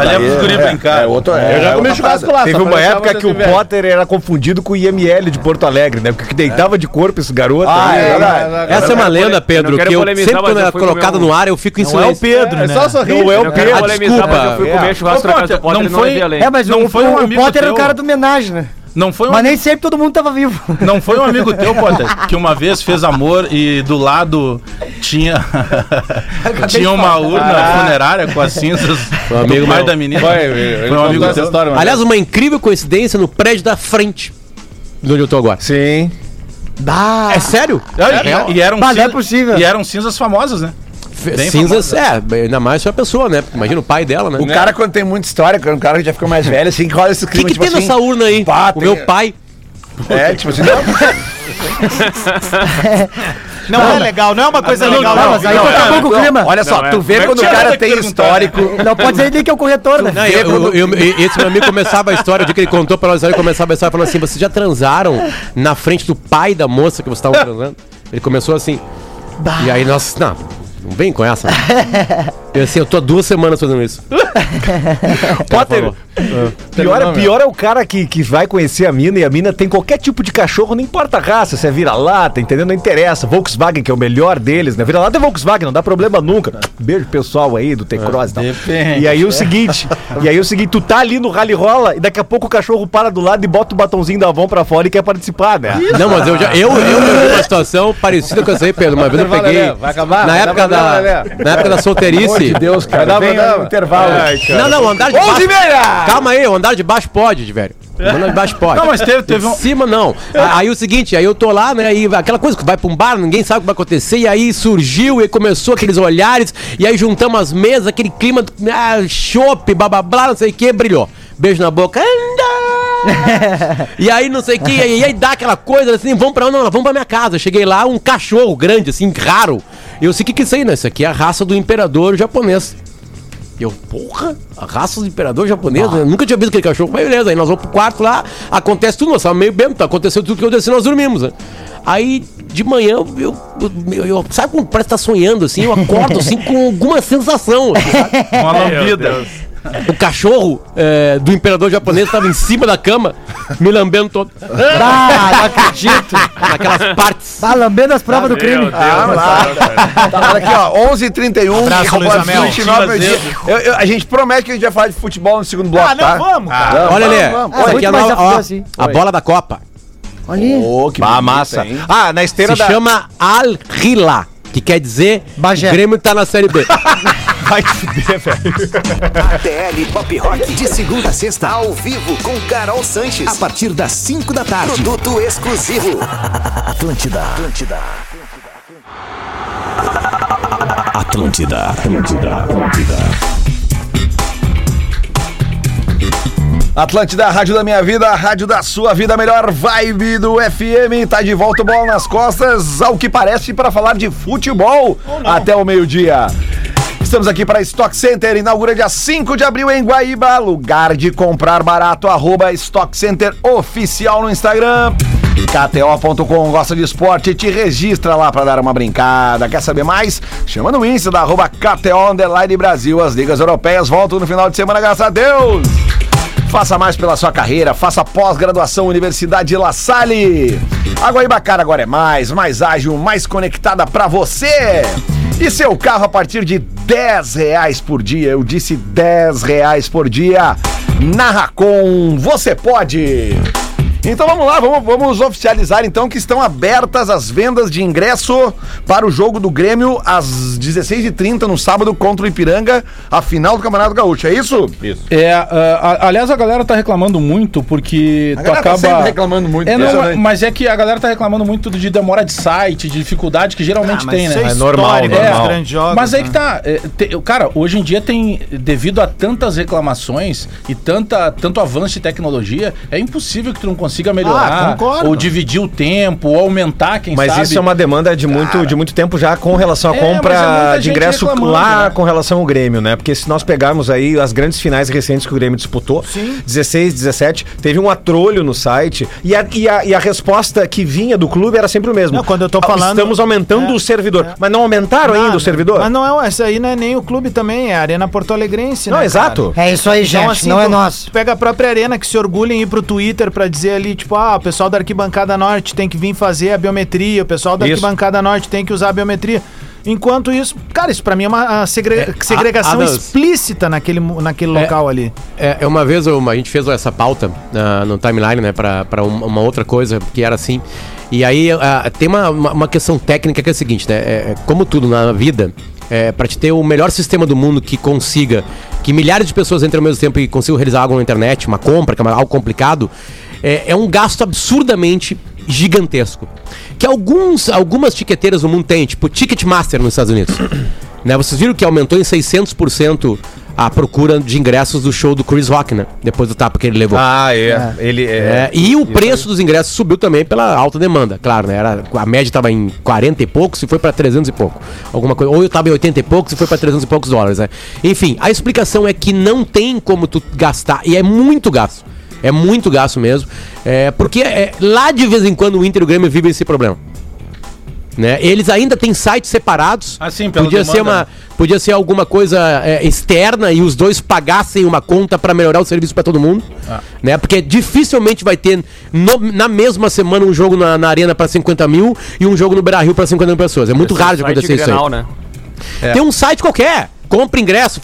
[SPEAKER 2] Ali é pros
[SPEAKER 3] guris brincar.
[SPEAKER 2] É, outro, é,
[SPEAKER 7] Eu já
[SPEAKER 2] é
[SPEAKER 7] comi
[SPEAKER 2] outra
[SPEAKER 7] churrasco
[SPEAKER 2] parada.
[SPEAKER 7] lá.
[SPEAKER 12] Teve
[SPEAKER 7] só
[SPEAKER 12] uma
[SPEAKER 7] pra
[SPEAKER 12] época
[SPEAKER 7] deixar
[SPEAKER 12] que o
[SPEAKER 7] vocês verem.
[SPEAKER 12] Potter era confundido com o IML de Porto Alegre, né? Porque deitava de corpo esse garoto.
[SPEAKER 2] É. Ah,
[SPEAKER 12] ali.
[SPEAKER 2] é,
[SPEAKER 7] Não,
[SPEAKER 2] verdade.
[SPEAKER 7] não, não,
[SPEAKER 9] Essa é uma lenda, Pedro,
[SPEAKER 11] quero
[SPEAKER 9] que eu
[SPEAKER 11] polemizar,
[SPEAKER 9] sempre
[SPEAKER 11] mas
[SPEAKER 9] quando
[SPEAKER 11] eu
[SPEAKER 9] ela é
[SPEAKER 11] fui comer
[SPEAKER 9] colocada
[SPEAKER 11] um-
[SPEAKER 9] no ar, eu fico em
[SPEAKER 6] Não é o
[SPEAKER 9] silêncio.
[SPEAKER 6] Pedro,
[SPEAKER 7] É
[SPEAKER 6] né?
[SPEAKER 3] um
[SPEAKER 7] só sorrir.
[SPEAKER 12] Não é o
[SPEAKER 11] Eu
[SPEAKER 9] Ah,
[SPEAKER 11] quero polemizar,
[SPEAKER 9] desculpa.
[SPEAKER 11] mas eu fui comer churrasco
[SPEAKER 3] Ô,
[SPEAKER 11] na casa
[SPEAKER 3] Potter,
[SPEAKER 11] do Potter
[SPEAKER 3] não
[SPEAKER 11] e não
[SPEAKER 3] foi-
[SPEAKER 11] levei a lenha.
[SPEAKER 4] É, mas
[SPEAKER 3] Não
[SPEAKER 4] o,
[SPEAKER 3] foi um
[SPEAKER 4] o
[SPEAKER 3] amigo
[SPEAKER 4] Potter era
[SPEAKER 3] teu.
[SPEAKER 4] o cara do homenagem, né?
[SPEAKER 3] Não foi um
[SPEAKER 4] Mas nem sempre todo mundo tava vivo.
[SPEAKER 3] Não foi um amigo teu, Potter, <laughs> que uma vez fez amor e do lado <laughs> tinha tinha uma urna funerária com
[SPEAKER 2] <laughs>
[SPEAKER 3] as cinzas
[SPEAKER 9] Um amigo
[SPEAKER 3] do pai
[SPEAKER 9] meu.
[SPEAKER 3] da menina.
[SPEAKER 7] Foi, ele
[SPEAKER 3] Foi um
[SPEAKER 7] contou
[SPEAKER 3] amigo
[SPEAKER 7] essa
[SPEAKER 3] teu.
[SPEAKER 7] história, mano.
[SPEAKER 9] Aliás, uma incrível coincidência no prédio da frente de onde eu tô agora.
[SPEAKER 7] Sim.
[SPEAKER 9] É sério?
[SPEAKER 3] E, e eram
[SPEAKER 4] Mas não é
[SPEAKER 3] cinza-
[SPEAKER 4] possível.
[SPEAKER 3] E eram cinzas famosas, <laughs> né? Bem
[SPEAKER 9] Cinzas, é, bem, ainda mais se é a pessoa, né? Imagina o pai dela, né?
[SPEAKER 2] O cara, quando tem muita história, quando o cara já ficou mais velho, assim, que rola esse
[SPEAKER 9] O que,
[SPEAKER 2] clima,
[SPEAKER 9] que tem nessa urna aí?
[SPEAKER 2] pá,
[SPEAKER 9] o
[SPEAKER 2] tem-
[SPEAKER 9] meu pai.
[SPEAKER 2] É, tipo assim, não,
[SPEAKER 6] Não, é legal, não é uma coisa legal.
[SPEAKER 4] não,
[SPEAKER 6] não.
[SPEAKER 4] mas aí tu
[SPEAKER 2] tá
[SPEAKER 4] acabou com o clima.
[SPEAKER 2] é, Olha só, tu vê quando o cara tem histórico.
[SPEAKER 4] Não pode dizer nem que é o corretor, né?
[SPEAKER 9] Não, eu- eu- eu- eu- esse meu amigo começava a história, o dia que ele contou pra nós, ele começava a história falando assim: vocês já transaram na frente do pai da moça que vocês estavam transando? Ele começou assim. E aí nós, não, não vem com essa. Eu assim, eu tô há duas semanas fazendo isso.
[SPEAKER 12] <laughs> Potter,
[SPEAKER 2] Ah.
[SPEAKER 12] pior, é- pior é o cara que, que vai conhecer a mina e a mina tem qualquer tipo de cachorro, não importa a raça, se é vira-lata, entendeu? Não interessa. Volkswagen, que é o melhor deles, né? Vira-lata é Volkswagen, não dá problema nunca. Beijo pessoal aí do T-Cross e tal.
[SPEAKER 3] depende.
[SPEAKER 12] E aí
[SPEAKER 2] né?
[SPEAKER 12] o seguinte, e aí o seguinte, tu tá ali no rally rola e daqui a pouco o cachorro para do lado e bota o batonzinho da Avon pra fora e quer participar, né?
[SPEAKER 9] Não, mas eu já. Eu, eu vivi uma situação parecida com essa aí, Pedro. Uma vez eu
[SPEAKER 7] Vai,
[SPEAKER 9] peguei.
[SPEAKER 7] Lelé, vai acabar?
[SPEAKER 9] Na
[SPEAKER 7] Vai
[SPEAKER 9] época
[SPEAKER 7] dar pra
[SPEAKER 9] da.
[SPEAKER 7] dar, Lelé?
[SPEAKER 9] Na época da solteirice.
[SPEAKER 2] Deus, cara.
[SPEAKER 7] Vai dar-
[SPEAKER 2] vem
[SPEAKER 7] vai dar-
[SPEAKER 2] aí o intervalo.
[SPEAKER 9] Não, não, o andar de baixo. Calma aí, o andar de baixo pode, velho. O andar de baixo pode.
[SPEAKER 3] Não, mas teve- teve um-
[SPEAKER 9] Em
[SPEAKER 3] <laughs>
[SPEAKER 9] cima não. A- Aí o seguinte, aí eu tô lá, né? E aquela coisa que vai pra um bar, ninguém sabe o que vai acontecer. E aí surgiu e começou aqueles olhares. E aí juntamos as mesas, aquele clima. Ah, chope, blá blá blá, não sei o que, brilhou. Beijo na boca.
[SPEAKER 3] <laughs>
[SPEAKER 9] Anda! e aí não sei o que, e aí- e aí dá aquela coisa assim, vamos pra onde? Não, vamos pra minha casa. Eu cheguei lá, um cachorro grande, assim, raro. Eu sei o que que é isso aí, né? Isso aqui é a raça do imperador japonês. E eu, porra, a raça do imperador japonês, né? Nunca tinha visto aquele cachorro. Mas beleza, aí nós vamos pro quarto lá, acontece tudo, nós estávamos meio bêbado, aconteceu tudo que aconteceu, nós dormimos, né? Aí, de manhã, eu, eu, eu- eu- sabe quando parece que tá sonhando, assim, eu acordo, assim, com alguma sensação. assim, sabe?
[SPEAKER 3] Uma lambida.
[SPEAKER 9] O cachorro eh, do imperador japonês estava em cima da cama, me lambendo todo.
[SPEAKER 4] Ah, não acredito.
[SPEAKER 9] Naquelas partes.
[SPEAKER 4] Tá lambendo as provas do crime.
[SPEAKER 2] Ah, mas tá. Tá falando aqui, ó, 11h31.
[SPEAKER 6] Abraço,
[SPEAKER 2] arroba
[SPEAKER 6] Luiz Amel.
[SPEAKER 2] 29 meu dia. Eu- eu- A gente promete que a gente vai falar de futebol no segundo bloco,
[SPEAKER 6] Ah, não,
[SPEAKER 2] tá?
[SPEAKER 6] vamos, cara.
[SPEAKER 2] Não,
[SPEAKER 9] Olha, Lê,
[SPEAKER 2] vamos,
[SPEAKER 9] isso
[SPEAKER 2] vamos.
[SPEAKER 9] aqui é a,
[SPEAKER 4] Muito mais
[SPEAKER 9] nova- ó,
[SPEAKER 4] afundou, assim.
[SPEAKER 9] a bola da Copa.
[SPEAKER 4] Olha.
[SPEAKER 2] Ô, que
[SPEAKER 12] Bah,
[SPEAKER 2] bonito,
[SPEAKER 12] massa.
[SPEAKER 3] <laughs>
[SPEAKER 2] hein?
[SPEAKER 12] Ah, na esteira
[SPEAKER 9] Se
[SPEAKER 12] da...
[SPEAKER 9] chama Al-Hila, que quer dizer
[SPEAKER 4] Bagé.
[SPEAKER 9] o Grêmio tá na Série B.
[SPEAKER 12] Vai te fuder, velho.
[SPEAKER 13] TL Pop Rock. De segunda a sexta, ao vivo com Carol Sanches. A partir das 5 da tarde. Produto exclusivo. Atlântida. Atlântida. Atlântida. Atlântida. Atlântida.
[SPEAKER 2] Atlântida, a rádio da minha vida, a rádio da sua vida, a melhor vibe do FM. Tá de volta o bola nas costas, ao que parece, para falar de futebol até o meio-dia. Estamos aqui para Stock Center, inaugura dia 5 de abril em Guaíba, lugar de comprar barato, arroba Stock Center oficial no Instagram. KTO.com gosta de esporte, te registra lá para dar uma brincada. Quer saber mais? Chama no Insta da arroba KTO Underline Brasil. As ligas europeias voltam no final de semana, graças a Deus. Faça mais pela sua carreira, faça pós-graduação Universidade La Salle. A Guaibacara agora é mais, mais ágil, mais conectada para você. E seu carro a partir de 10 reais por dia. Eu disse 10 reais por dia. Na Racon, você pode. Então vamos lá, vamos, vamos oficializar então que estão abertas as vendas de ingresso para o jogo do Grêmio às 16h30 no sábado contra o Ipiranga, a final do Campeonato Gaúcho, é isso? Isso.
[SPEAKER 3] É, ah, a- aliás, a galera tá reclamando muito porque
[SPEAKER 2] A
[SPEAKER 3] tu
[SPEAKER 2] galera tá
[SPEAKER 3] acaba.
[SPEAKER 2] sempre reclamando muito,
[SPEAKER 3] É, não,
[SPEAKER 2] impressionante.
[SPEAKER 3] mas é que a galera tá reclamando muito de demora de site, de dificuldade que geralmente
[SPEAKER 6] Ah, mas
[SPEAKER 3] tem, né?
[SPEAKER 6] isso é É normal, histórico dos
[SPEAKER 3] É,
[SPEAKER 6] grandes jogos,
[SPEAKER 3] mas aí
[SPEAKER 6] né?
[SPEAKER 3] que tá. é, te- cara, hoje em dia tem, devido a tantas reclamações e tanta, tanto avanço de tecnologia, é impossível que tu não consiga melhorar.
[SPEAKER 12] concordo.
[SPEAKER 3] Ou dividir o tempo, ou aumentar, quem
[SPEAKER 12] Mas
[SPEAKER 3] sabe.
[SPEAKER 12] isso é uma demanda de muito, de muito tempo já com relação à
[SPEAKER 3] É, mas é
[SPEAKER 12] compra
[SPEAKER 3] muita
[SPEAKER 12] de
[SPEAKER 3] gente
[SPEAKER 12] ingresso
[SPEAKER 3] reclamando,
[SPEAKER 12] lá
[SPEAKER 3] né?
[SPEAKER 12] com relação ao Grêmio, né? Porque se nós pegarmos aí as grandes finais recentes que o Grêmio disputou, 16, 17, teve um atrolho no site e a, e, a, e a resposta que vinha do clube era sempre o mesmo.
[SPEAKER 6] Não, quando eu tô
[SPEAKER 12] Ah,
[SPEAKER 6] falando-
[SPEAKER 12] Estamos
[SPEAKER 3] é,
[SPEAKER 12] aumentando o servidor. Mas não aumentaram
[SPEAKER 2] tá
[SPEAKER 12] ainda o servidor?
[SPEAKER 6] Mas não é, essa aí não é nem o clube também, é a Arena Porto Alegrense,
[SPEAKER 12] Não,
[SPEAKER 6] né,
[SPEAKER 12] exato.
[SPEAKER 6] cara? Então, assim,
[SPEAKER 4] É isso aí, gente, não é
[SPEAKER 6] tu-
[SPEAKER 4] nosso.
[SPEAKER 6] tu Pega a própria Arena que se orgulha em ir pro Twitter pra dizer ali, tipo, ah, o pessoal da Arquibancada Norte tem que vir fazer a biometria, o pessoal da
[SPEAKER 12] Isso.
[SPEAKER 6] Arquibancada Norte tem que usar a biometria. Enquanto isso, cara, isso pra mim é uma ah, segre- segregação
[SPEAKER 9] a- a-
[SPEAKER 6] explícita naquele, mu- naquele local ali.
[SPEAKER 9] É, é uma vez uma, a gente fez essa pauta ah, no timeline, né, pra, pra um- uma outra coisa que era assim. E aí ah, tem uma, uma, uma questão técnica que é a seguinte, né? é- é como tudo na vida, é, para te ter o melhor sistema do mundo que consiga, que milhares de pessoas entrem ao mesmo tempo e consigam realizar algo na internet, uma compra, que é uma- algo complicado, é, é um gasto absurdamente gigantesco. Que alguns, algumas tiqueteiras no mundo têm, tipo Ticketmaster nos Estados Unidos. <clears throat> Né, vocês viram que aumentou em 600% a procura de ingressos do show do Chris Rock, né? Depois do tapa que ele levou.
[SPEAKER 12] Ah, é. Ele
[SPEAKER 9] É, e o preço dos ingressos subiu também pela alta demanda, claro, né? Era, a média estava em 40 e poucos e foi para 300 e pouco. Alguma coisa, ou eu estava em 80 e poucos e foi para 300 e poucos dólares, né? Enfim, a explicação é que não tem como tu gastar e é muito gasto. É muito gasto mesmo. É, porque é, lá de vez em quando o Inter e o Grêmio vivem esse problema. Né? Eles ainda têm sites separados.
[SPEAKER 3] Assim, pela
[SPEAKER 9] podia ser
[SPEAKER 3] demanda,
[SPEAKER 9] uma, podia ser alguma coisa é, externa e os dois pagassem uma conta para melhorar o serviço para todo mundo,
[SPEAKER 3] Ah.
[SPEAKER 9] né? Porque dificilmente vai ter no- na mesma semana um jogo na, na arena para 50 mil e um jogo no Beira Rio para 50 mil pessoas. É muito
[SPEAKER 11] Esse
[SPEAKER 9] raro de
[SPEAKER 11] site
[SPEAKER 9] acontecer isso.
[SPEAKER 11] Grenal,
[SPEAKER 9] aí.
[SPEAKER 11] né?
[SPEAKER 9] É. Tem um site qualquer. Compra ingresso,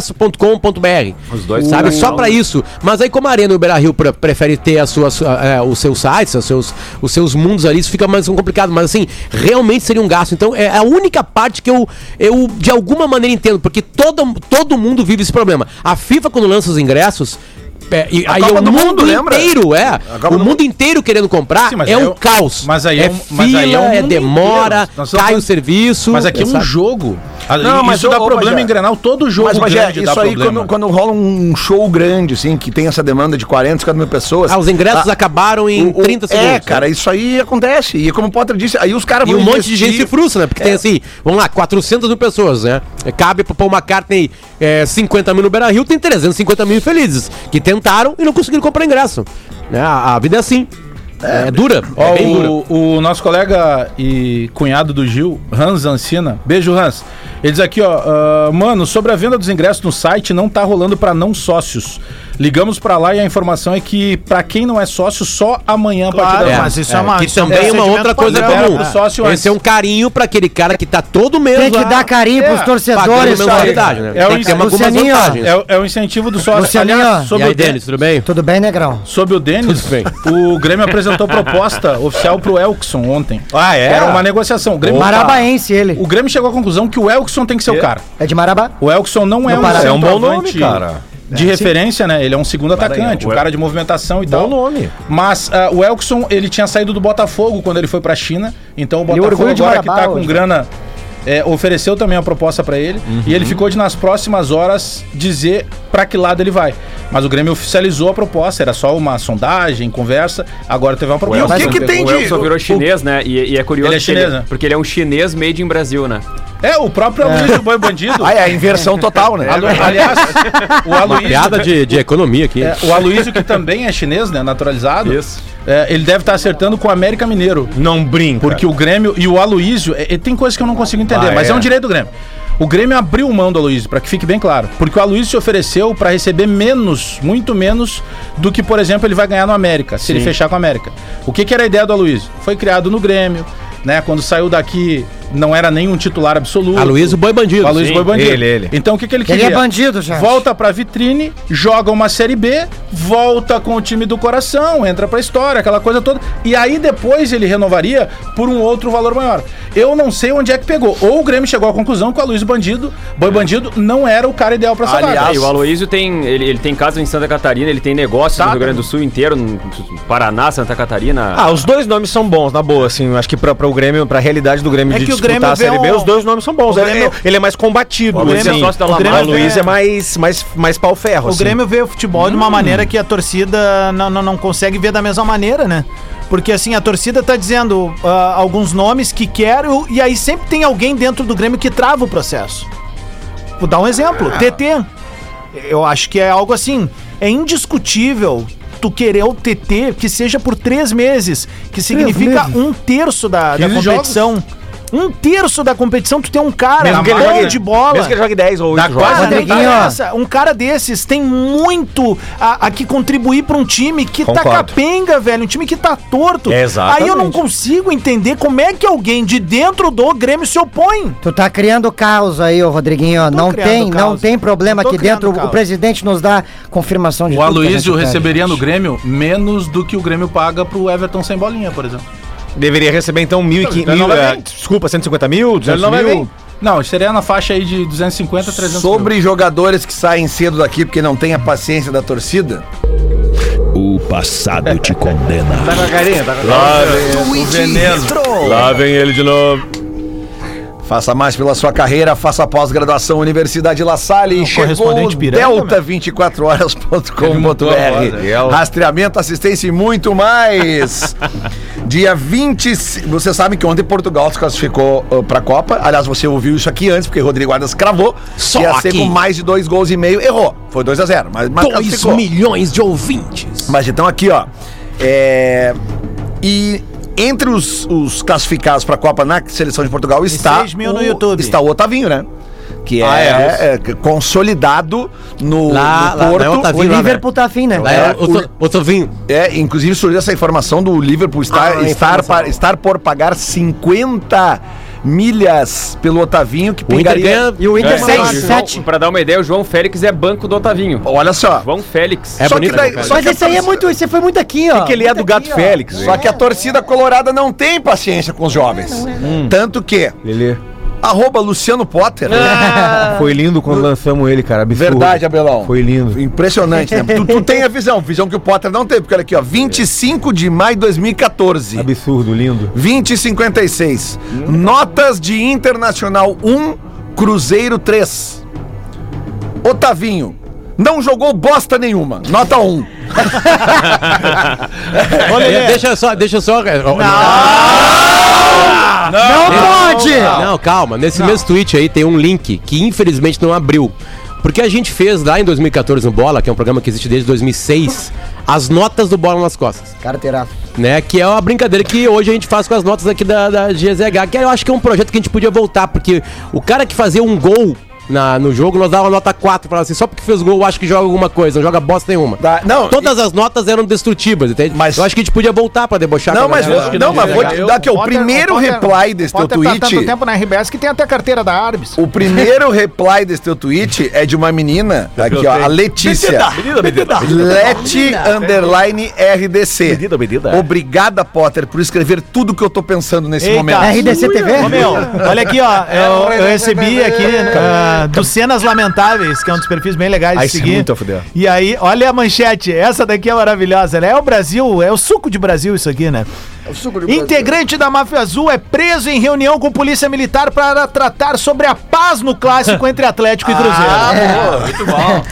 [SPEAKER 9] futebolimingresso.com.br. Os
[SPEAKER 11] dois
[SPEAKER 9] Sabe,
[SPEAKER 11] são-
[SPEAKER 9] só
[SPEAKER 3] né?
[SPEAKER 9] pra isso. Mas aí, como a Arena e o Beira Rio pre- prefere ter a sua, sua- é, os seus sites, os seus, os seus mundos ali, isso fica mais complicado. Mas assim, realmente seria um gasto. Então, é a única parte que eu, eu de alguma maneira entendo, porque todo, todo mundo vive esse problema. A FIFA, quando lança os ingressos. é, e,
[SPEAKER 2] A
[SPEAKER 9] aí é
[SPEAKER 2] Copa
[SPEAKER 9] o
[SPEAKER 2] do
[SPEAKER 9] mundo,
[SPEAKER 2] Mundo, lembra?
[SPEAKER 9] inteiro, é.
[SPEAKER 2] Copa
[SPEAKER 9] O
[SPEAKER 2] do
[SPEAKER 9] mundo inteiro querendo comprar
[SPEAKER 3] Sim, mas
[SPEAKER 9] é,
[SPEAKER 3] aí é
[SPEAKER 9] um
[SPEAKER 3] o-
[SPEAKER 9] caos.
[SPEAKER 3] mas aí é
[SPEAKER 9] é
[SPEAKER 3] um-
[SPEAKER 9] fila,
[SPEAKER 3] mas aí é o
[SPEAKER 9] é
[SPEAKER 3] mundo inteiro.
[SPEAKER 9] demora,
[SPEAKER 3] Nós estamos
[SPEAKER 9] cai o
[SPEAKER 3] falando-
[SPEAKER 9] serviço.
[SPEAKER 3] Mas aqui é um
[SPEAKER 9] sabe?
[SPEAKER 3] jogo. Ah,
[SPEAKER 2] Não, mas
[SPEAKER 3] isso
[SPEAKER 2] ô,
[SPEAKER 3] dá
[SPEAKER 2] ô,
[SPEAKER 3] problema
[SPEAKER 2] Bagé.
[SPEAKER 3] em Grenal. Todo jogo
[SPEAKER 2] Mas, mas é,
[SPEAKER 3] grande dá
[SPEAKER 2] isso aí,
[SPEAKER 3] problema.
[SPEAKER 2] quando, quando rola um show grande, assim, que tem essa demanda de 40, 50 mil pessoas.
[SPEAKER 9] Ah, os ingressos
[SPEAKER 2] a-
[SPEAKER 9] acabaram em
[SPEAKER 2] o- o-
[SPEAKER 9] 30 segundos. né?
[SPEAKER 2] É, cara, isso aí acontece. E como o Potter disse, aí os caras
[SPEAKER 9] E um monte de
[SPEAKER 2] investir-
[SPEAKER 9] gente se frustra, né? Porque
[SPEAKER 2] É.
[SPEAKER 9] tem assim, vamos lá, 400 mil pessoas, né? Cabe pro Paul McCartney é, 50 mil no Beira Rio, tem 350 mil infelizes que tentaram e não conseguiram comprar ingresso. Né? A, a vida é assim. É, dura.
[SPEAKER 3] Ó,
[SPEAKER 9] é bem dura.
[SPEAKER 3] o, o nosso colega e cunhado do Gil, Hans Ancina, beijo Hans. Ele diz aqui, ó, ah, mano, sobre a venda dos ingressos no site não tá rolando pra não sócios. Ligamos pra lá e a informação é que pra quem não é sócio só amanhã a partir
[SPEAKER 6] Claro,
[SPEAKER 3] da
[SPEAKER 6] mas isso é uma-
[SPEAKER 9] que
[SPEAKER 6] isso é um
[SPEAKER 9] também é uma
[SPEAKER 6] procedimento
[SPEAKER 9] outra coisa
[SPEAKER 6] padrão,
[SPEAKER 9] comum.
[SPEAKER 6] né?
[SPEAKER 3] Sócio
[SPEAKER 9] Esse é um carinho pra aquele cara que tá todo mês
[SPEAKER 4] Tem que
[SPEAKER 9] lá
[SPEAKER 4] dar carinho pros
[SPEAKER 3] é,
[SPEAKER 4] torcedores.
[SPEAKER 9] pagando mensalidade, né?
[SPEAKER 3] É o
[SPEAKER 9] Tem que ter uma, algumas
[SPEAKER 4] Lucianinho, ó.
[SPEAKER 9] vantagens.
[SPEAKER 3] É, o- é o incentivo do sócio.
[SPEAKER 4] Lucianinho, ó.
[SPEAKER 9] E
[SPEAKER 3] sobre
[SPEAKER 9] aí,
[SPEAKER 3] o Den-
[SPEAKER 9] Denis, tudo bem?
[SPEAKER 4] Tudo bem, Negrão?
[SPEAKER 3] Sobre o Denis,
[SPEAKER 9] Tudo bem.
[SPEAKER 3] o Grêmio apresentou proposta <laughs> oficial pro Elkson ontem. Ah, é? Era uma negociação. O Grêmio,
[SPEAKER 4] Marabaense ele.
[SPEAKER 3] o Grêmio chegou à conclusão que o Elkson tem que ser o cara.
[SPEAKER 4] É de Marabá?
[SPEAKER 3] O Elkson não é
[SPEAKER 4] No
[SPEAKER 3] um
[SPEAKER 4] Pará. É
[SPEAKER 12] um bom
[SPEAKER 3] centroavante
[SPEAKER 12] nome, cara.
[SPEAKER 3] De referência, né? Ele é um segundo atacante, um cara de movimentação e tal.
[SPEAKER 12] nome.
[SPEAKER 3] Mas ah, o Elkson, ele tinha saído do Botafogo quando ele foi pra China. Então o Botafogo
[SPEAKER 4] orgulho de
[SPEAKER 3] agora que
[SPEAKER 4] Marabá
[SPEAKER 3] tá com
[SPEAKER 4] hoje.
[SPEAKER 3] grana é, ofereceu também a proposta pra ele e ele ficou de nas próximas horas dizer pra que lado ele vai. Mas o Grêmio oficializou a proposta, era só uma sondagem, conversa, agora teve uma
[SPEAKER 11] O
[SPEAKER 3] proposta.
[SPEAKER 11] Elson- O Elson virou chinês, né? E, e é curioso.
[SPEAKER 3] Ele é
[SPEAKER 11] que
[SPEAKER 3] chinês, né?
[SPEAKER 11] Porque ele é um chinês made in Brasil, né?
[SPEAKER 3] É, o próprio Aloysio Boi Bandido.
[SPEAKER 2] Ah, é a inversão total,
[SPEAKER 12] <laughs>
[SPEAKER 2] né?
[SPEAKER 3] Alu- Aliás, o
[SPEAKER 9] Uma
[SPEAKER 3] Aloysio.
[SPEAKER 9] piada de, de economia aqui.
[SPEAKER 3] É, o Aloysio, que também é chinês, né? Naturalizado. Isso. ele deve estar acertando com o América Mineiro.
[SPEAKER 7] Não brinca.
[SPEAKER 3] Porque o Grêmio e o Aloysio. é- é- tem coisa que eu não consigo entender,
[SPEAKER 7] Ah,
[SPEAKER 3] mas é.
[SPEAKER 7] é.
[SPEAKER 3] um direito do Grêmio. O Grêmio abriu mão do Aloysio, para que fique bem claro. Porque o Aloysio se ofereceu para receber menos, muito menos, do que, por exemplo, ele vai ganhar no América, se ele
[SPEAKER 7] Sim.
[SPEAKER 3] fechar com o América. O que, que era a ideia do Aloysio? Foi criado no Grêmio, né? Quando saiu daqui, não era nenhum titular absoluto.
[SPEAKER 9] Aloysio Boi Bandido.
[SPEAKER 3] O Aloysio
[SPEAKER 9] Sim,
[SPEAKER 3] Boi Bandido.
[SPEAKER 9] ele, ele.
[SPEAKER 3] Então o que, que ele
[SPEAKER 4] Ele
[SPEAKER 3] queria?
[SPEAKER 4] é bandido, gente.
[SPEAKER 3] Volta pra vitrine, joga uma Série B, volta com o time do coração, entra pra história, aquela coisa toda. E aí depois ele renovaria por um outro valor maior. Eu não sei onde é que pegou. Ou o Grêmio chegou à conclusão que o Aloysio Bandido, Boi Bandido, não era o cara ideal
[SPEAKER 12] Ah,
[SPEAKER 3] pra essa
[SPEAKER 11] Aliás,
[SPEAKER 3] vaga.
[SPEAKER 11] o Aloysio tem, ele, ele tem casa em Santa Catarina, ele tem negócios no Rio Grande do Sul inteiro, no Paraná, Santa Catarina.
[SPEAKER 12] Tá, Ah, os dois nomes são bons, na boa, assim. eu Acho que pra, pra o Grêmio, pra realidade do Grêmio
[SPEAKER 6] É
[SPEAKER 12] de
[SPEAKER 6] que o
[SPEAKER 12] disputar
[SPEAKER 6] Grêmio
[SPEAKER 12] a Série
[SPEAKER 6] vê
[SPEAKER 12] B,
[SPEAKER 6] um-
[SPEAKER 12] os dois nomes são bons.
[SPEAKER 6] o Grêmio-
[SPEAKER 12] Ele, ele é mais combatido,
[SPEAKER 11] O Grêmio é
[SPEAKER 12] assim.
[SPEAKER 11] sócio da
[SPEAKER 12] o Grêmio
[SPEAKER 11] Lamar.
[SPEAKER 12] Luiz é,
[SPEAKER 6] é
[SPEAKER 12] mais, mais, mais pau ferro, assim.
[SPEAKER 6] O Grêmio vê o futebol de uma maneira que a torcida não, não, não consegue ver da mesma maneira, né? Porque assim, a torcida tá dizendo ah, alguns nomes que quero e aí sempre tem alguém dentro do Grêmio que trava o processo. Vou dar um exemplo,
[SPEAKER 12] É.
[SPEAKER 6] TT. Eu acho que é algo assim, é indiscutível tu querer o TT que seja por três meses, que significa
[SPEAKER 4] meses?
[SPEAKER 6] um terço da, da
[SPEAKER 3] 15
[SPEAKER 6] competição. Um terço da competição, tu tem um cara
[SPEAKER 12] Mesmo que ele
[SPEAKER 6] bom
[SPEAKER 12] jogue-
[SPEAKER 6] de bola.
[SPEAKER 12] Mesmo que ele jogue 10 ou 8
[SPEAKER 3] Dá
[SPEAKER 12] jogos.
[SPEAKER 3] quase-
[SPEAKER 6] Cara, não
[SPEAKER 4] Rodriguinho,
[SPEAKER 6] interessa. Um cara desses tem muito a, a que contribuir pra um time que tá
[SPEAKER 12] Concordo.
[SPEAKER 6] capenga, velho. Um time que tá torto.
[SPEAKER 12] É, exatamente.
[SPEAKER 6] Aí eu não consigo entender como é que alguém de dentro do Grêmio se opõe.
[SPEAKER 4] Tu tá criando caos aí, ô Rodriguinho. Não
[SPEAKER 6] criando
[SPEAKER 4] tem, não
[SPEAKER 6] caos.
[SPEAKER 4] tem problema
[SPEAKER 6] Eu tô
[SPEAKER 4] aqui
[SPEAKER 6] criando
[SPEAKER 4] dentro. O
[SPEAKER 6] caos.
[SPEAKER 4] presidente nos dá confirmação de
[SPEAKER 3] O
[SPEAKER 4] tudo que a
[SPEAKER 3] Aloysio
[SPEAKER 4] gente pede.
[SPEAKER 3] receberia no Grêmio menos do que o Grêmio paga pro Everton sem bolinha, por exemplo.
[SPEAKER 12] Deveria receber, então,
[SPEAKER 3] Então
[SPEAKER 12] 1.500
[SPEAKER 3] ele não
[SPEAKER 12] mil.
[SPEAKER 3] vai
[SPEAKER 12] eh,
[SPEAKER 6] é,
[SPEAKER 3] bem.
[SPEAKER 12] Desculpa, 150 mil, 200 mil.
[SPEAKER 3] Não, seria na faixa aí de 250, 300 mil.
[SPEAKER 2] Sobre jogadores que saem cedo daqui porque não tem a paciência da torcida.
[SPEAKER 5] O passado te condena.
[SPEAKER 12] Tá com a carinha, tá com a
[SPEAKER 7] Lá vem
[SPEAKER 13] Tweet retrô.
[SPEAKER 7] Lá vem ele de novo.
[SPEAKER 2] Faça mais pela sua carreira, faça pós-graduação Universidade La Salle e chegou o
[SPEAKER 6] correspondente pirata,
[SPEAKER 7] Ele mudou a
[SPEAKER 2] delta24horas.com.br
[SPEAKER 7] roda.
[SPEAKER 2] Rastreamento, assistência e muito
[SPEAKER 9] <laughs>
[SPEAKER 2] mais. Dia 25. Você sabe que ontem Portugal se classificou para a Copa. Aliás, você ouviu isso aqui antes, porque Rodrigo Adas cravou.
[SPEAKER 9] Só
[SPEAKER 2] ia ser
[SPEAKER 9] aqui.
[SPEAKER 2] com mais de dois gols e meio. Errou. Foi 2 a 0 mas, mas
[SPEAKER 9] 2
[SPEAKER 2] classificou.
[SPEAKER 9] milhões de ouvintes.
[SPEAKER 2] Mas então aqui, ó. É, E entre os, os classificados para a Copa na seleção de Portugal está.
[SPEAKER 6] 6 mil no
[SPEAKER 2] o-
[SPEAKER 6] YouTube.
[SPEAKER 2] Está o Otavinho, né? Que é, é, consolidado no,
[SPEAKER 9] Ah, Lá-
[SPEAKER 2] no
[SPEAKER 9] lá-
[SPEAKER 2] Porto.
[SPEAKER 9] lá é o
[SPEAKER 4] O
[SPEAKER 9] Otavinho, lá,
[SPEAKER 4] Liverpool tá afim, né?
[SPEAKER 9] Lá é o- o- o Tovinho.
[SPEAKER 2] É, inclusive surgiu essa informação do Liverpool estar,
[SPEAKER 6] Ah, a
[SPEAKER 2] estar,
[SPEAKER 6] informação.
[SPEAKER 2] pa- estar por pagar 50 milhas pelo Otavinho, que
[SPEAKER 9] O Inter
[SPEAKER 2] pegaria.
[SPEAKER 9] ganha.
[SPEAKER 4] E o Inter
[SPEAKER 11] É,
[SPEAKER 4] seis,
[SPEAKER 11] o João-
[SPEAKER 4] sete.
[SPEAKER 11] Pra dar uma ideia, o João Félix é banco do Otavinho.
[SPEAKER 2] Olha só.
[SPEAKER 11] João Félix.
[SPEAKER 9] É
[SPEAKER 2] só
[SPEAKER 9] bonito,
[SPEAKER 2] que daí-
[SPEAKER 9] né, cara?
[SPEAKER 2] só
[SPEAKER 4] Mas
[SPEAKER 2] que a
[SPEAKER 4] isso aí é
[SPEAKER 2] torcida-
[SPEAKER 4] muito, isso foi muito aqui, ó.
[SPEAKER 12] Que ele é do Gato Félix.
[SPEAKER 2] Só que a torcida colorada não tem paciência com os jovens. Hum. Tanto que.
[SPEAKER 12] Lelê.
[SPEAKER 2] Arroba Luciano Potter. né?
[SPEAKER 9] Ah.
[SPEAKER 12] Foi lindo quando lançamos ele, cara. absurdo.
[SPEAKER 2] <laughs> Verdade, Abelão.
[SPEAKER 12] Foi lindo.
[SPEAKER 2] Impressionante, né? tu, tu tem a visão, visão que o Potter não teve, porque olha aqui, ó, 25 de maio de 2014.
[SPEAKER 12] Absurdo, lindo.
[SPEAKER 2] 20 e 56. Notas de Internacional 1, Cruzeiro 3. Otavinho. Não jogou bosta nenhuma. Nota 1.
[SPEAKER 9] Olha, É, deixa só, deixa só. Não,
[SPEAKER 4] Não pode!
[SPEAKER 9] Não, calma. Nesse mesmo tweet aí tem um link que infelizmente não abriu. Porque a gente fez lá em 2014 no Bola, que é um programa que existe desde 2006, as notas do Bola nas costas.
[SPEAKER 4] Carteirada.
[SPEAKER 9] Né? Que é uma brincadeira que hoje a gente faz com as notas aqui da, da GZH, que eu acho que é um projeto que a gente podia voltar, porque o cara que fazia um gol. Na, no jogo, nós dávamos nota 4, falava assim, só porque fez gol, eu acho que joga alguma coisa, não joga bosta nenhuma.
[SPEAKER 2] Tá, não,
[SPEAKER 9] Todas as notas eram destrutivas, entende?
[SPEAKER 2] Mas-
[SPEAKER 9] eu acho que a gente podia voltar pra debochar
[SPEAKER 2] Não,
[SPEAKER 9] com a
[SPEAKER 2] mas,
[SPEAKER 9] galera.
[SPEAKER 2] não, mas vou te dar aqui, ó, o primeiro reply desse teu tweet.
[SPEAKER 6] tá tanto tempo na RBS que tem até carteira da Arbis.
[SPEAKER 2] O primeiro reply desse teu tweet é de uma menina, aqui ó, a Letícia. Leti underline RDC.
[SPEAKER 12] Medida, medida.
[SPEAKER 2] Obrigada, Potter, por escrever tudo que eu tô pensando nesse
[SPEAKER 6] Eita.
[SPEAKER 2] momento.
[SPEAKER 4] RDC
[SPEAKER 6] Ô,
[SPEAKER 4] TV?
[SPEAKER 6] meu, olha aqui, ó. Eu, eu recebi aqui ah, do Cenas Lamentáveis, que é um dos perfis bem legais de
[SPEAKER 12] Ah, isso é
[SPEAKER 6] seguir.
[SPEAKER 12] muito a fuder.
[SPEAKER 6] E aí, olha a manchete. Essa daqui é maravilhosa. Né? É o Brasil, é o suco de Brasil isso aqui, né? Integrante da Máfia Azul é preso em reunião com polícia militar para tratar sobre a paz no clássico entre Atlético e Cruzeiro.
[SPEAKER 7] boa,
[SPEAKER 4] <laughs>
[SPEAKER 7] muito bom.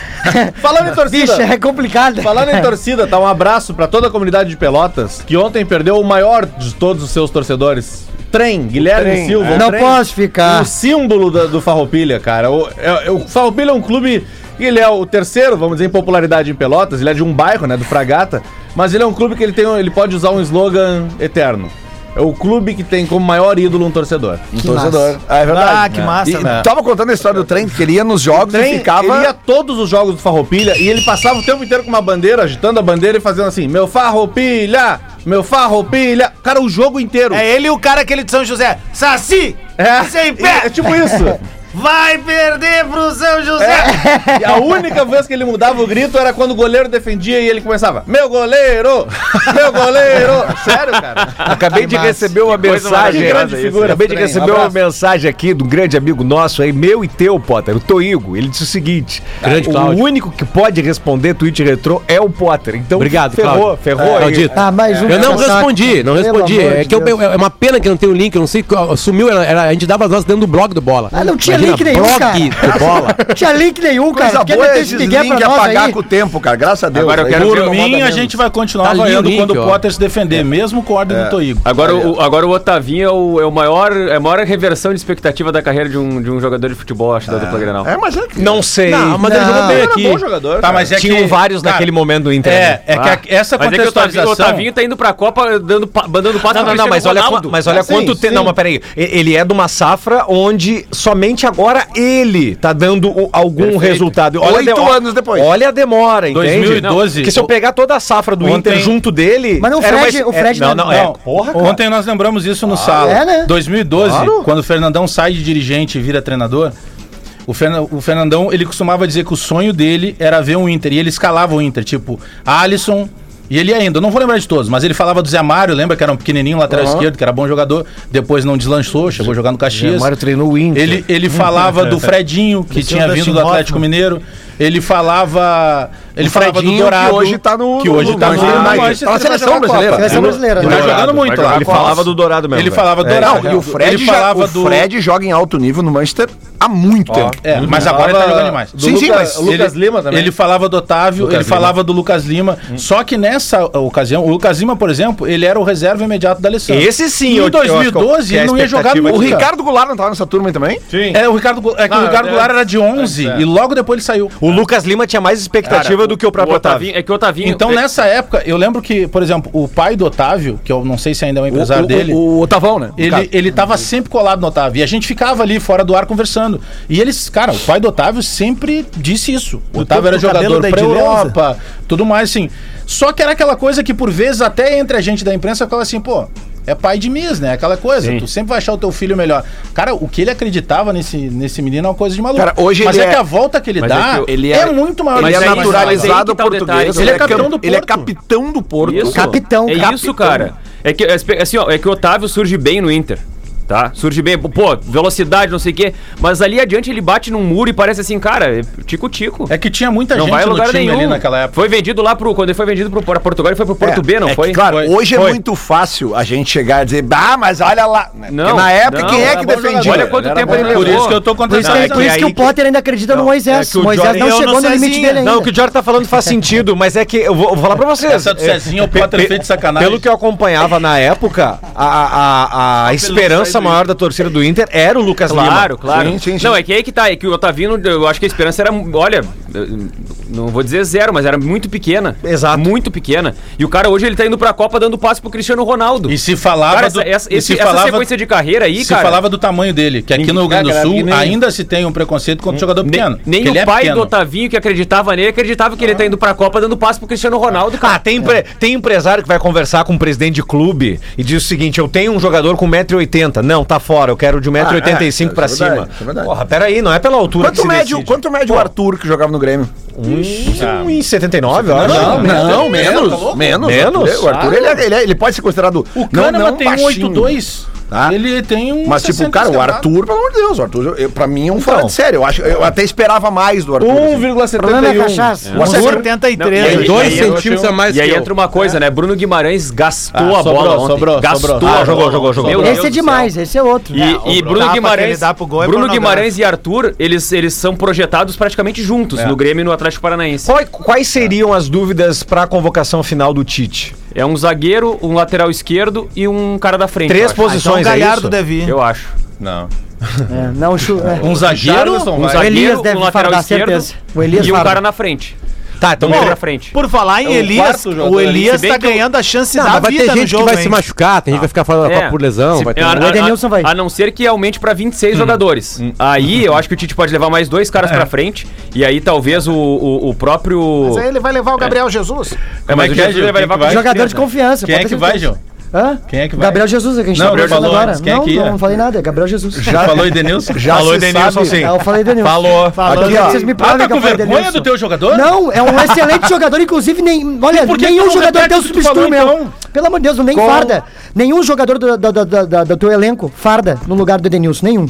[SPEAKER 7] Falando em torcida.
[SPEAKER 4] Bicho, é complicado.
[SPEAKER 7] Falando em torcida, tá um abraço pra toda a comunidade de Pelotas, que ontem perdeu o maior de todos os seus torcedores. Trem, Guilherme
[SPEAKER 4] Trem,
[SPEAKER 7] Silva.
[SPEAKER 4] é.
[SPEAKER 7] o
[SPEAKER 4] Não
[SPEAKER 7] Trem,
[SPEAKER 4] posso ficar.
[SPEAKER 7] O símbolo da- do Farroupilha, cara. O, é- é- o Farroupilha é um clube... Ele é o terceiro, vamos dizer, em popularidade em Pelotas. Ele é de um bairro, né? Do Fragata. Mas ele é um clube que ele, tem, um- ele pode usar um slogan eterno. É o clube que tem como maior ídolo um torcedor. Um
[SPEAKER 2] torcedor. Ah, é verdade.
[SPEAKER 6] Ah, que massa,
[SPEAKER 2] E, então-
[SPEAKER 6] né?
[SPEAKER 2] Tava contando a história do trem, que ele ia nos jogos
[SPEAKER 7] trem,
[SPEAKER 2] e ficava.
[SPEAKER 7] Ele ia a todos os jogos do Farroupilha e ele passava o tempo inteiro com uma bandeira, agitando a bandeira e fazendo assim: Meu Farroupilha! Meu Farroupilha! Cara, o jogo inteiro.
[SPEAKER 6] É ele e o cara aquele de São José. Saci! Sem pé!
[SPEAKER 7] É
[SPEAKER 2] <laughs>
[SPEAKER 7] tipo isso.
[SPEAKER 6] Vai perder pro São José!
[SPEAKER 7] É. E a única vez que ele mudava o grito era quando o goleiro defendia e ele começava: Meu goleiro! Meu
[SPEAKER 2] <laughs>
[SPEAKER 7] goleiro! Sério, cara?
[SPEAKER 12] Acabei de receber uma
[SPEAKER 7] coisa
[SPEAKER 12] mensagem.
[SPEAKER 7] maravilhosa
[SPEAKER 12] Grande
[SPEAKER 7] isso,
[SPEAKER 12] figura.
[SPEAKER 7] né?
[SPEAKER 12] Acabei de
[SPEAKER 7] Trem.
[SPEAKER 12] receber uma
[SPEAKER 7] Abraço.
[SPEAKER 12] mensagem aqui de um grande amigo nosso aí, meu e teu, Potter, o Toigo. Ele disse o seguinte:
[SPEAKER 9] Grande
[SPEAKER 12] o
[SPEAKER 9] Cláudio.
[SPEAKER 12] único que pode responder tweet retrô é o Potter. Então,
[SPEAKER 9] Obrigado,
[SPEAKER 12] ferrou,
[SPEAKER 9] Cláudio.
[SPEAKER 12] ferrou. aí.
[SPEAKER 9] Maldito.
[SPEAKER 4] Ah, mais um
[SPEAKER 9] Eu não
[SPEAKER 4] casaco.
[SPEAKER 9] respondi, não
[SPEAKER 4] Pelo
[SPEAKER 9] respondi.
[SPEAKER 4] amor
[SPEAKER 9] É
[SPEAKER 4] de
[SPEAKER 9] que eu-
[SPEAKER 4] Deus.
[SPEAKER 9] é uma pena que não tem o link, eu não sei. qual- Sumiu, era- era- a gente dava as nossas dentro do blog do Bola.
[SPEAKER 4] Ah, não tinha link nenhum,
[SPEAKER 9] blog
[SPEAKER 4] cara.
[SPEAKER 9] do
[SPEAKER 4] <laughs>
[SPEAKER 9] Bola.
[SPEAKER 4] Não tinha link nenhum, cara.
[SPEAKER 2] Coisa
[SPEAKER 4] Quer
[SPEAKER 2] boa
[SPEAKER 4] meter
[SPEAKER 2] é
[SPEAKER 4] esse Miguel
[SPEAKER 2] desligue e
[SPEAKER 4] pra nós
[SPEAKER 2] apagar
[SPEAKER 4] aí?
[SPEAKER 2] com o tempo, cara. Graças a Deus.
[SPEAKER 5] Agora eu
[SPEAKER 2] Aí
[SPEAKER 5] quero
[SPEAKER 2] por
[SPEAKER 5] ver
[SPEAKER 2] mim,
[SPEAKER 5] uma
[SPEAKER 3] Sim, a gente vai continuar
[SPEAKER 9] Tá ali o
[SPEAKER 3] vaiando
[SPEAKER 9] link,
[SPEAKER 3] quando o
[SPEAKER 9] ó.
[SPEAKER 3] Potter se defender,
[SPEAKER 7] É.
[SPEAKER 3] mesmo com a ordem do Toigo.
[SPEAKER 11] Agora, o, agora o Otavinho é, o, é, o maior, é a maior reversão de expectativa da carreira de um, de um jogador de futebol, acho, da dupla Grenal.
[SPEAKER 2] É, mas é que.
[SPEAKER 12] Não sei.
[SPEAKER 9] Não, mas ele jogou bem
[SPEAKER 7] Era bom
[SPEAKER 9] aqui.
[SPEAKER 7] jogador.
[SPEAKER 3] Tá, mas é
[SPEAKER 12] Tinham
[SPEAKER 3] que-
[SPEAKER 12] vários
[SPEAKER 3] cara,
[SPEAKER 12] naquele momento do Ah. Inter.
[SPEAKER 3] É, é que a- essa
[SPEAKER 11] Mas é que o Otavinho, o
[SPEAKER 3] contextualização.
[SPEAKER 11] Otavinho tá indo pra Copa dando, pa- mandando passo
[SPEAKER 12] Não, não, não, mas olha, quanto, mas
[SPEAKER 11] É
[SPEAKER 12] olha
[SPEAKER 7] Ah, sim,
[SPEAKER 11] assim.
[SPEAKER 12] quanto tempo.
[SPEAKER 7] sim.
[SPEAKER 12] Não, mas peraí. E- Ele é de uma safra onde somente agora ele tá dando o- algum resultado. Olha a
[SPEAKER 2] Oito
[SPEAKER 12] demo-
[SPEAKER 2] anos depois.
[SPEAKER 12] Olha a demora, entende?
[SPEAKER 3] 2012.
[SPEAKER 12] Porque se eu pegar toda a safra do
[SPEAKER 3] Ontem-
[SPEAKER 12] Inter junto dele.
[SPEAKER 4] Mas não, o
[SPEAKER 12] era
[SPEAKER 4] Fred-
[SPEAKER 12] mais-
[SPEAKER 4] o Fred
[SPEAKER 12] é,
[SPEAKER 2] tá-
[SPEAKER 12] não, não,
[SPEAKER 4] não-
[SPEAKER 12] é.
[SPEAKER 3] Não, Ontem nós lembramos isso no sala.
[SPEAKER 2] Ah,
[SPEAKER 4] é, né?
[SPEAKER 3] 2012, quando o Fernandão sai de dirigente e vira treinador, o, Fernan- o Fernandão, ele costumava dizer que o sonho dele era ver um Inter. E ele escalava o Inter, tipo, Alisson. E ele ainda, eu não vou lembrar de todos, mas ele falava do Zé Mário, lembra que era um pequenininho lateral esquerdo, que era bom jogador, depois não deslanchou, chegou a jogar no Caxias.
[SPEAKER 2] tá
[SPEAKER 12] Mário treinou o Inter.
[SPEAKER 3] Ele, ele falava do Fredinho, que
[SPEAKER 6] Esse é o
[SPEAKER 3] tinha vindo do
[SPEAKER 6] Dustin
[SPEAKER 3] Atlético
[SPEAKER 6] Hoffman.
[SPEAKER 3] Mineiro. Ele falava. Ele falava do
[SPEAKER 2] Fredinho,
[SPEAKER 3] Dourado.
[SPEAKER 2] que hoje tá no-
[SPEAKER 3] Que
[SPEAKER 2] no-
[SPEAKER 3] hoje tá
[SPEAKER 2] no
[SPEAKER 3] no.
[SPEAKER 2] Manchester United. Tá
[SPEAKER 3] Manchester
[SPEAKER 2] na
[SPEAKER 3] United, vai
[SPEAKER 2] seleção
[SPEAKER 3] jogar a Copa.
[SPEAKER 2] brasileira.
[SPEAKER 4] Seleção brasileira.
[SPEAKER 3] Ele tá
[SPEAKER 4] né?
[SPEAKER 3] jogando muito lá.
[SPEAKER 12] Ele falava do Dourado mesmo.
[SPEAKER 3] Ele
[SPEAKER 12] velho.
[SPEAKER 3] falava Dourado.
[SPEAKER 2] Não, e É o Fred,
[SPEAKER 3] ele
[SPEAKER 2] já-
[SPEAKER 3] falava
[SPEAKER 2] o Fred joga em alto nível no Manchester há muito tempo.
[SPEAKER 3] É, mas agora ele tá jogando demais.
[SPEAKER 2] Sim, sim, mas
[SPEAKER 3] Lucas Lima também. Ele falava do Otávio, ele falava do Lucas Lima. Só que nessa ocasião, o Lucas Lima, por exemplo, ele era o reserva imediato da Alessandro.
[SPEAKER 12] Esse sim, eu-
[SPEAKER 3] Em
[SPEAKER 12] eu acho que é o-
[SPEAKER 3] 2012,
[SPEAKER 12] que é a
[SPEAKER 3] ele não ia jogar
[SPEAKER 12] expectativa
[SPEAKER 3] nunca.
[SPEAKER 2] O Ricardo Goulart não tava nessa turma aí também?
[SPEAKER 3] É, o Ricardo, Gu- é que o Ricardo Goulart era de 11 e logo depois ele saiu.
[SPEAKER 12] O Lucas Lima tinha mais expectativa do que o próprio Otávio.
[SPEAKER 11] É que o Otavinho...
[SPEAKER 3] Então,
[SPEAKER 11] é,
[SPEAKER 3] nessa época, eu lembro que, por exemplo, o pai do Otávio, que eu não sei se ainda é um empresário
[SPEAKER 2] o,
[SPEAKER 3] dele.
[SPEAKER 2] O, o Otavão, né?
[SPEAKER 3] Ele, ele tava sempre colado no Otávio. E a gente ficava ali fora do ar conversando. E eles, cara, o pai do Otávio sempre disse isso. O Otávio era
[SPEAKER 6] do cabelo
[SPEAKER 3] jogador
[SPEAKER 6] da
[SPEAKER 3] pra
[SPEAKER 6] Edileuza.
[SPEAKER 3] Europa, tudo mais, assim. Só que era aquela coisa que, por vezes, até entre a gente da imprensa ficava assim, pô. É pai de Miss, né? Aquela coisa. Tu sempre vai achar o teu filho melhor. Cara, o que ele acreditava nesse, nesse menino é uma coisa de maluco.
[SPEAKER 2] Cara, hoje
[SPEAKER 3] Mas
[SPEAKER 2] ele
[SPEAKER 3] é,
[SPEAKER 2] é-
[SPEAKER 3] que a volta que ele
[SPEAKER 11] Mas é
[SPEAKER 3] dá
[SPEAKER 11] que
[SPEAKER 3] é,
[SPEAKER 2] ele é-
[SPEAKER 3] muito maior
[SPEAKER 2] Ele
[SPEAKER 11] Mas
[SPEAKER 2] é
[SPEAKER 11] aí- mas aí
[SPEAKER 2] naturalizado
[SPEAKER 11] que tá o
[SPEAKER 2] português.
[SPEAKER 11] detalhe.
[SPEAKER 3] Ele é capitão do
[SPEAKER 2] Ele é
[SPEAKER 3] Porto.
[SPEAKER 2] capitão do Porto.
[SPEAKER 11] Isso.
[SPEAKER 4] Capitão,
[SPEAKER 11] É
[SPEAKER 4] capitão.
[SPEAKER 11] isso, cara. É que, é espe- assim, ó, é que o Otávio surge bem no Inter. Tá? Surge bem, pô, velocidade, não sei o quê. Mas ali adiante ele bate num muro e parece assim, cara, é tico-tico.
[SPEAKER 3] É que tinha muita
[SPEAKER 11] não
[SPEAKER 3] gente
[SPEAKER 11] vai a
[SPEAKER 3] no
[SPEAKER 11] lugar
[SPEAKER 3] time
[SPEAKER 11] nenhum.
[SPEAKER 3] ali naquela época.
[SPEAKER 11] Foi vendido lá pro. Quando ele foi vendido pro, pra Portugal, ele foi pro Porto B, não
[SPEAKER 2] É
[SPEAKER 11] foi?
[SPEAKER 2] que, claro,
[SPEAKER 3] Foi.
[SPEAKER 2] hoje
[SPEAKER 3] Foi.
[SPEAKER 2] é muito fácil a gente chegar e dizer, ah, mas olha lá. né? Porque
[SPEAKER 11] Não,
[SPEAKER 2] na época,
[SPEAKER 11] não,
[SPEAKER 2] quem é
[SPEAKER 11] era
[SPEAKER 2] que
[SPEAKER 11] bom
[SPEAKER 2] defendia?
[SPEAKER 11] jogador. Olha quanto tempo ele levou.
[SPEAKER 3] Por isso que eu tô
[SPEAKER 4] Por isso
[SPEAKER 3] contando.
[SPEAKER 4] que,
[SPEAKER 12] Não, é
[SPEAKER 4] por isso
[SPEAKER 12] que
[SPEAKER 4] que
[SPEAKER 12] aí
[SPEAKER 4] o Potter ainda acredita no Moisés.
[SPEAKER 12] que o
[SPEAKER 4] Moisés
[SPEAKER 12] Jorge-
[SPEAKER 4] não
[SPEAKER 12] eu
[SPEAKER 4] chegou
[SPEAKER 12] não
[SPEAKER 4] no limite dele ainda.
[SPEAKER 12] Não, o que o Jorge tá falando faz <laughs> sentido, mas é que eu vou, eu vou falar pra vocês. É,
[SPEAKER 3] Essa do Cezinha, o Potter
[SPEAKER 12] Pe-
[SPEAKER 3] fez de sacanagem.
[SPEAKER 12] Pelo que eu acompanhava na época, a, a, a, a esperança maior da torcida do Inter era o Lucas
[SPEAKER 11] Claro,
[SPEAKER 12] Lima.
[SPEAKER 11] claro.
[SPEAKER 2] Sim, sim, sim.
[SPEAKER 11] Não, é que aí que tá, é que o Otavino, eu acho que a esperança era, olha, eu não vou dizer zero, mas era muito pequena.
[SPEAKER 12] Exato.
[SPEAKER 11] Muito pequena. E o cara hoje ele tá indo pra Copa dando passe pro Cristiano Ronaldo.
[SPEAKER 3] E se falava
[SPEAKER 11] Cara,
[SPEAKER 3] do,
[SPEAKER 11] essa, essa,
[SPEAKER 3] e
[SPEAKER 11] esse-
[SPEAKER 3] se
[SPEAKER 11] essa
[SPEAKER 3] falava,
[SPEAKER 11] sequência de carreira aí,
[SPEAKER 3] se
[SPEAKER 11] cara.
[SPEAKER 3] falava do tamanho dele, que aqui no Rio Grande do
[SPEAKER 7] Ah, cara,
[SPEAKER 3] Sul
[SPEAKER 7] que nem-
[SPEAKER 3] ainda se tem um preconceito contra o jogador
[SPEAKER 11] Ne-
[SPEAKER 3] pequeno.
[SPEAKER 11] nem
[SPEAKER 3] que ele é
[SPEAKER 11] o pai
[SPEAKER 3] pequeno.
[SPEAKER 11] do Otavinho que acreditava nele acreditava que ele tá indo pra Copa dando passe pro Cristiano Ronaldo, cara.
[SPEAKER 12] Ah, tem, empre- tem empresário que vai conversar com o presidente de clube e diz o seguinte: eu tenho um jogador com 1,80m. Não, tá fora, eu quero de 1,85m
[SPEAKER 2] Ah, é,
[SPEAKER 12] pra
[SPEAKER 2] isso é
[SPEAKER 12] cima.
[SPEAKER 2] verdade, isso é verdade.
[SPEAKER 12] Porra, peraí, não é pela altura
[SPEAKER 2] Quanto médio, quanto médio o Arthur que jogava no Grêmio?
[SPEAKER 12] 1,79m, eu acho.
[SPEAKER 2] Não, não, menos. menos.
[SPEAKER 12] Menos?
[SPEAKER 7] é-
[SPEAKER 2] O Arthur, ele, é- ele é- ele pode ser considerado.
[SPEAKER 3] O Kahneman tem
[SPEAKER 2] baixinho.
[SPEAKER 3] 182.
[SPEAKER 7] Tá?
[SPEAKER 3] tipo, Ele tem um.
[SPEAKER 7] Mas, tipo,
[SPEAKER 3] 60
[SPEAKER 7] cara, o
[SPEAKER 3] quebrado.
[SPEAKER 7] Arthur, pelo amor de Deus, o Arthur, eu, eu- pra mim é um fora
[SPEAKER 2] Então.
[SPEAKER 7] de sério. Eu, acho, eu até esperava mais
[SPEAKER 12] é
[SPEAKER 2] um
[SPEAKER 7] do Arthur. assim.
[SPEAKER 11] 1,71.
[SPEAKER 7] O
[SPEAKER 6] é
[SPEAKER 7] Arthur-
[SPEAKER 6] 73.
[SPEAKER 11] Não, e aí-
[SPEAKER 9] É Dois
[SPEAKER 11] e aí-
[SPEAKER 9] centímetros a mais
[SPEAKER 11] E aí
[SPEAKER 9] que Ah, eu.
[SPEAKER 11] entra uma coisa, né? Bruno Guimarães gastou
[SPEAKER 14] Ah,
[SPEAKER 11] a bola.
[SPEAKER 14] sobrou,
[SPEAKER 11] ontem.
[SPEAKER 14] sobrou,
[SPEAKER 11] gastou.
[SPEAKER 14] sobrou. Ah,
[SPEAKER 11] a
[SPEAKER 14] jogou,
[SPEAKER 11] bola.
[SPEAKER 14] jogou, jogou.
[SPEAKER 11] Meu Deus
[SPEAKER 4] Esse é
[SPEAKER 11] do
[SPEAKER 4] demais, esse é outro.
[SPEAKER 11] E, e
[SPEAKER 6] o
[SPEAKER 11] Bruno
[SPEAKER 6] tapa que ele
[SPEAKER 11] Guimarães,
[SPEAKER 6] dá pro gol é
[SPEAKER 11] Bruno
[SPEAKER 6] pornográfico.
[SPEAKER 11] Guimarães e Arthur, eles, eles são projetados praticamente juntos no Grêmio e no Atlético Paranaense.
[SPEAKER 2] Quais, quais seriam as dúvidas pra convocação final do Tite?
[SPEAKER 11] É um zagueiro, um lateral esquerdo e um cara da frente.
[SPEAKER 2] Três
[SPEAKER 11] eu acho. Ah,
[SPEAKER 6] Então o
[SPEAKER 2] posições, é
[SPEAKER 6] Galhardo
[SPEAKER 2] isso?
[SPEAKER 6] deve ir.
[SPEAKER 11] Eu acho.
[SPEAKER 14] Não.
[SPEAKER 4] É, não, chu... é.
[SPEAKER 3] Um zagueiro?
[SPEAKER 14] Richarlison,
[SPEAKER 11] Um
[SPEAKER 14] vai.
[SPEAKER 11] zagueiro,
[SPEAKER 4] Elias deve
[SPEAKER 11] um lateral
[SPEAKER 4] fardar,
[SPEAKER 11] esquerdo
[SPEAKER 4] certeza. O Elias
[SPEAKER 11] e um
[SPEAKER 4] farda.
[SPEAKER 11] cara na frente.
[SPEAKER 2] Tá, então
[SPEAKER 11] Um meio pra frente.
[SPEAKER 6] Por falar em
[SPEAKER 14] É o
[SPEAKER 6] Elias,
[SPEAKER 14] quarto jogador
[SPEAKER 6] o Elias
[SPEAKER 11] ali.
[SPEAKER 6] tá
[SPEAKER 11] Se bem que o-
[SPEAKER 6] ganhando a chance
[SPEAKER 9] Não,
[SPEAKER 6] da
[SPEAKER 9] mas vai ter
[SPEAKER 6] vida tá no
[SPEAKER 9] gente
[SPEAKER 6] jogo,
[SPEAKER 9] que vai
[SPEAKER 6] hein?
[SPEAKER 9] se machucar, tem gente que vai ficar fora da
[SPEAKER 11] É.
[SPEAKER 9] Copa por lesão.
[SPEAKER 11] Se-
[SPEAKER 9] vai ter-
[SPEAKER 11] a,
[SPEAKER 4] O Edenilson
[SPEAKER 11] a-
[SPEAKER 4] vai.
[SPEAKER 11] a não ser que aumente pra 26 jogadores. Aí eu acho que o Tite pode levar mais dois caras pra frente. E aí talvez o, o, o próprio.
[SPEAKER 6] Mas aí ele vai levar o Gabriel Jesus.
[SPEAKER 11] Como é
[SPEAKER 14] Mas,
[SPEAKER 11] que é?
[SPEAKER 14] Gil,
[SPEAKER 11] Ele
[SPEAKER 14] quem
[SPEAKER 11] vai levar
[SPEAKER 14] que vai?
[SPEAKER 11] pra
[SPEAKER 4] Jogador de confiança.
[SPEAKER 14] Quem é
[SPEAKER 4] pode
[SPEAKER 14] que
[SPEAKER 4] ter
[SPEAKER 14] vai,
[SPEAKER 4] certeza.
[SPEAKER 14] Gil?
[SPEAKER 4] Hã?
[SPEAKER 14] Quem é que vai?
[SPEAKER 4] Gabriel Jesus, é que a gente
[SPEAKER 14] Não,
[SPEAKER 4] tá
[SPEAKER 14] Gabriel
[SPEAKER 4] conversando
[SPEAKER 14] falou
[SPEAKER 4] agora.
[SPEAKER 14] antes. Quem é
[SPEAKER 4] não,
[SPEAKER 14] que ia?
[SPEAKER 4] não falei nada, é Gabriel Jesus.
[SPEAKER 14] Já falou Edenilson?
[SPEAKER 7] Já
[SPEAKER 14] falou
[SPEAKER 7] se sabe-
[SPEAKER 14] sim.
[SPEAKER 4] Não, eu falei Denilson.
[SPEAKER 14] Falou.
[SPEAKER 4] Eu queria que vocês me
[SPEAKER 14] Ah,
[SPEAKER 4] provem
[SPEAKER 14] tá
[SPEAKER 4] que eu
[SPEAKER 14] com
[SPEAKER 4] falei
[SPEAKER 14] vergonha
[SPEAKER 4] Denilson.
[SPEAKER 14] do teu jogador?
[SPEAKER 4] Não, é um excelente jogador, inclusive nem, olha,
[SPEAKER 14] por que
[SPEAKER 4] nenhum
[SPEAKER 14] tu não
[SPEAKER 4] jogador
[SPEAKER 14] repete
[SPEAKER 4] teu
[SPEAKER 14] o que tu
[SPEAKER 4] substitui
[SPEAKER 14] falou,
[SPEAKER 4] meu.
[SPEAKER 14] então?
[SPEAKER 4] Pelo amor de Deus, nem farda. Nenhum jogador do, do, do, do- do- do teu elenco farda no lugar do Edenilson, nenhum.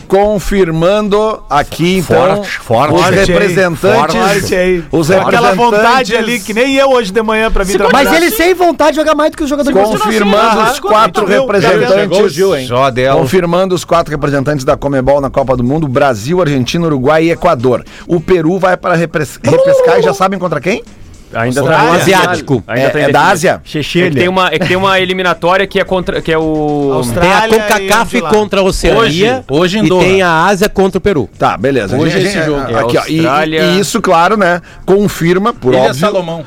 [SPEAKER 7] Confirmando aqui, então,
[SPEAKER 2] Forte, forte.
[SPEAKER 7] os
[SPEAKER 2] Forte aí,
[SPEAKER 7] representantes.
[SPEAKER 6] Forte aí.
[SPEAKER 7] Os
[SPEAKER 6] Aquela
[SPEAKER 7] representantes.
[SPEAKER 6] vontade ali, que nem eu hoje de manhã pra vir trabalhar.
[SPEAKER 4] Mas ele sem vontade de jogar mais do que os jogadores
[SPEAKER 7] Confirmando os quatro
[SPEAKER 14] Chegou o
[SPEAKER 7] representantes.
[SPEAKER 14] Gil, hein?
[SPEAKER 2] Só dela.
[SPEAKER 7] Confirmando os quatro representantes da Comebol na Copa do Mundo: Brasil, Argentina, Uruguai e Equador. O Peru vai para repres- repescar e já sabem contra quem?
[SPEAKER 11] Ainda tá
[SPEAKER 9] Contra o asiático.
[SPEAKER 11] Ainda tá
[SPEAKER 7] É- é da
[SPEAKER 11] indefinido.
[SPEAKER 7] Ásia?
[SPEAKER 11] É que, tem uma, é que tem uma eliminatória que é contra. que é o.
[SPEAKER 9] Tem a
[SPEAKER 6] Austrália e
[SPEAKER 9] CONCACAF
[SPEAKER 6] de lá.
[SPEAKER 9] contra a Oceania
[SPEAKER 3] hoje em
[SPEAKER 9] e
[SPEAKER 3] Doha.
[SPEAKER 9] tem a Ásia contra o Peru.
[SPEAKER 7] Tá, beleza.
[SPEAKER 3] Hoje
[SPEAKER 7] A
[SPEAKER 3] é
[SPEAKER 7] <laughs>
[SPEAKER 3] esse jogo.
[SPEAKER 7] Aqui, ó, e-
[SPEAKER 11] Austrália.
[SPEAKER 7] e, isso, claro, né? Confirma, por
[SPEAKER 3] Ilha
[SPEAKER 7] óbvio.
[SPEAKER 3] Salomão.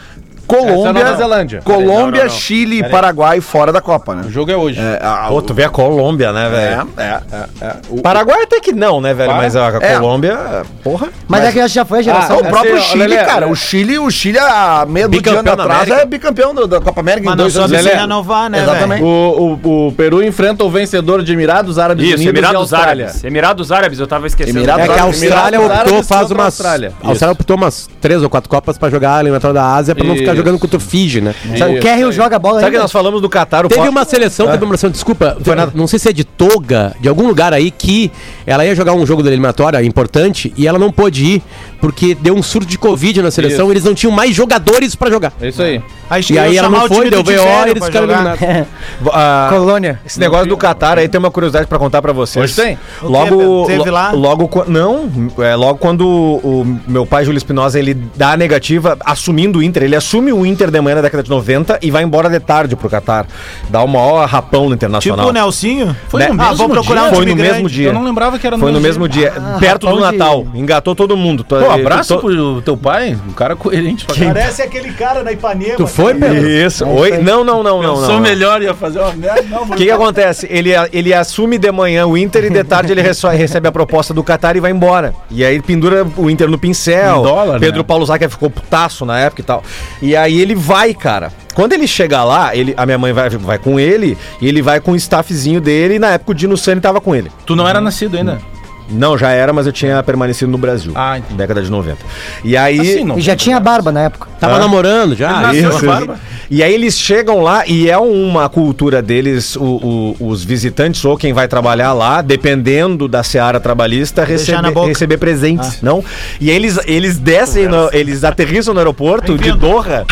[SPEAKER 7] Colômbia,
[SPEAKER 14] Essa é Nova Zelândia.
[SPEAKER 7] Colômbia,
[SPEAKER 11] Não, não, não.
[SPEAKER 7] Chile e Paraguai fora da Copa,
[SPEAKER 3] O
[SPEAKER 7] né?
[SPEAKER 3] jogo é hoje.
[SPEAKER 7] É, a-
[SPEAKER 2] Pô, tu vê a Colômbia, né,
[SPEAKER 7] é,
[SPEAKER 2] velho?
[SPEAKER 7] é, é, é. O-
[SPEAKER 2] Paraguai até que não, né, velho?
[SPEAKER 14] Para-
[SPEAKER 2] Mas a
[SPEAKER 7] É.
[SPEAKER 2] Colômbia, porra.
[SPEAKER 4] Mas é que essa já foi a geração.
[SPEAKER 7] o
[SPEAKER 4] né?
[SPEAKER 7] próprio
[SPEAKER 14] ó,
[SPEAKER 7] Chile,
[SPEAKER 14] Lelé,
[SPEAKER 7] cara.
[SPEAKER 14] Lelé.
[SPEAKER 7] O Chile, o Chile há meio de
[SPEAKER 2] Bicampeão
[SPEAKER 7] ano
[SPEAKER 2] da
[SPEAKER 7] atrás
[SPEAKER 2] América.
[SPEAKER 7] é bicampeão do- da Copa América em
[SPEAKER 6] Mas não
[SPEAKER 7] dois anos.
[SPEAKER 6] soube se
[SPEAKER 7] Lelé.
[SPEAKER 6] renovar, né,
[SPEAKER 7] Exatamente.
[SPEAKER 6] velho?
[SPEAKER 14] O, o, o Peru enfrenta o vencedor de Emirados Árabes
[SPEAKER 11] Isso,
[SPEAKER 14] Unidos e
[SPEAKER 11] Emirados
[SPEAKER 14] Austrália.
[SPEAKER 11] Árabes. Emirados Árabes, eu tava esquecendo.
[SPEAKER 7] Emirados
[SPEAKER 9] É que a
[SPEAKER 7] Emirados
[SPEAKER 9] Austrália optou,
[SPEAKER 14] Árabes
[SPEAKER 9] faz
[SPEAKER 14] contra
[SPEAKER 9] umas.
[SPEAKER 14] a Austrália.
[SPEAKER 9] A Austrália optou umas três ou quatro copas pra jogar a eliminatória da Ásia pra não ficar
[SPEAKER 14] Isso.
[SPEAKER 9] jogando contra o Fiji, né?
[SPEAKER 4] O Kerry joga bola
[SPEAKER 2] Sabe que
[SPEAKER 4] ainda.
[SPEAKER 2] nós falamos do Catar, o
[SPEAKER 9] Teve
[SPEAKER 2] Pop-
[SPEAKER 9] uma
[SPEAKER 6] É.
[SPEAKER 9] seleção, teve uma seleção, desculpa, não sei se é de Toga, de algum lugar aí, que ela ia jogar um jogo da eliminatória importante e ela não pôde ir porque deu um surto de Covid na seleção
[SPEAKER 14] Isso.
[SPEAKER 9] e eles não tinham mais jogadores pra jogar.
[SPEAKER 14] É isso aí.
[SPEAKER 6] Aí
[SPEAKER 9] E aí ela
[SPEAKER 6] chamar
[SPEAKER 9] não
[SPEAKER 6] o time
[SPEAKER 9] foi,
[SPEAKER 6] do
[SPEAKER 9] deu VO e
[SPEAKER 6] Diverio
[SPEAKER 9] eles
[SPEAKER 6] pra
[SPEAKER 9] ficaram
[SPEAKER 6] jogar.
[SPEAKER 9] eliminados.
[SPEAKER 2] Ah,
[SPEAKER 4] Colônia.
[SPEAKER 2] Esse negócio do Catar aí tem uma curiosidade pra contar pra vocês.
[SPEAKER 14] Hoje tem?
[SPEAKER 6] O
[SPEAKER 2] Logo,
[SPEAKER 6] que, Pedro? Teve
[SPEAKER 2] lo-
[SPEAKER 6] lá?
[SPEAKER 2] logo quan- não, é logo quando o, o meu pai Júlio Espinosa ele dá a negativa assumindo o Inter, ele assume o Inter de manhã na década de 90 e vai embora de tarde pro Catar. Dá o maior rapão no
[SPEAKER 6] Tipo
[SPEAKER 2] Internacional.
[SPEAKER 6] o Nelsinho?
[SPEAKER 3] Foi
[SPEAKER 2] Né?
[SPEAKER 3] no
[SPEAKER 2] Ah,
[SPEAKER 3] mesmo
[SPEAKER 6] vou procurar
[SPEAKER 3] dia?
[SPEAKER 6] um
[SPEAKER 2] Foi
[SPEAKER 6] time
[SPEAKER 2] no
[SPEAKER 6] grande.
[SPEAKER 2] mesmo dia.
[SPEAKER 3] Eu não lembrava que era
[SPEAKER 2] Foi no mesmo dia, perto do
[SPEAKER 4] rapão de-
[SPEAKER 2] Natal. Engatou todo mundo. Tô-
[SPEAKER 3] Ah, Pô, abraço
[SPEAKER 2] tô-
[SPEAKER 3] pro teu pai, um cara coerente pra caralho.
[SPEAKER 6] Parece aquele cara na Ipanema.
[SPEAKER 9] Tu foi, Pedro?
[SPEAKER 2] Isso. Oi? Não, não, não, não.
[SPEAKER 3] Sou
[SPEAKER 2] não.
[SPEAKER 3] melhor, ia fazer uma merda. Não,
[SPEAKER 2] O que, que acontece? Ele, ele assume de manhã o Inter e de tarde ele reço- recebe a proposta do Qatar e vai embora. E aí pendura o Inter no pincel.
[SPEAKER 3] Em dólar,
[SPEAKER 2] Pedro
[SPEAKER 3] né?
[SPEAKER 2] Paulo Zaca ficou putaço na época e tal. E aí ele vai, cara. Quando ele chega lá, ele, a minha mãe vai, vai com ele e ele vai com o staffzinho dele. E na época o Dino Sani tava com ele.
[SPEAKER 3] Tu não era nascido ainda.
[SPEAKER 2] Não, já era, mas eu tinha permanecido no Brasil.
[SPEAKER 3] Ah, entendi.
[SPEAKER 2] Década de 90. E aí.
[SPEAKER 3] Assim, não.
[SPEAKER 4] E já tinha barba na época.
[SPEAKER 9] Tava
[SPEAKER 2] Hã?
[SPEAKER 9] namorando já.
[SPEAKER 3] Ele nasceu
[SPEAKER 2] Isso.
[SPEAKER 3] na barba.
[SPEAKER 2] E aí eles chegam lá e é uma cultura deles, o- o- os visitantes ou quem vai trabalhar lá, dependendo da seara trabalhista,
[SPEAKER 6] na
[SPEAKER 2] receber,
[SPEAKER 6] boca.
[SPEAKER 2] receber
[SPEAKER 3] Ah.
[SPEAKER 2] presentes, não? E eles, eles descem, no- eles aterrissam no aeroporto de
[SPEAKER 3] <laughs>
[SPEAKER 2] Doha.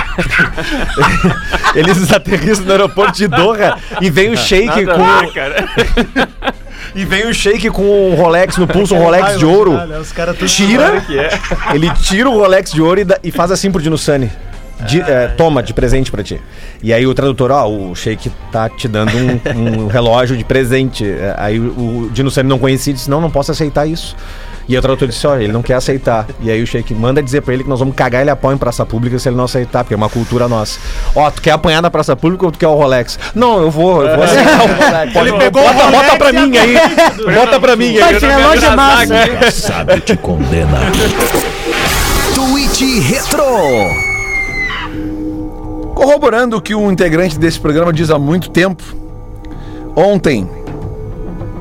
[SPEAKER 2] eles aterrissam no aeroporto de Doha e vem o shake
[SPEAKER 11] Nada a ver,
[SPEAKER 2] com...
[SPEAKER 11] cara.
[SPEAKER 2] <laughs> E vem o shake com um Rolex no pulso, um Rolex de ouro.
[SPEAKER 6] Olha, os caras tudo
[SPEAKER 2] Tira, ele tira o Rolex de ouro e, dá- e faz assim pro Dino Sani. De- é, toma de presente pra ti. E aí o tradutor, ó, o Sheik tá te dando um, <laughs> um relógio de presente. É, Aí o, o Dino Sani não conhecia e disse: Não, não posso aceitar isso. E aí o tradutor disse: Ó, ele não quer aceitar. E aí o Sheik manda dizer pra ele que nós vamos cagar ele a pau em praça pública se ele não aceitar, porque é uma cultura nossa. Ó, tu quer apanhar na praça pública ou tu quer o Rolex? Não, eu vou, eu vou aceitar <laughs> o Rolex. Ele pegou bota, o Rolex bota pra mim aí. Bota pra mim aí.
[SPEAKER 4] Esse relógio é massa.
[SPEAKER 15] Sabe te condena. Twitch Retro.
[SPEAKER 7] Corroborando o que um integrante desse programa diz há muito tempo. Ontem,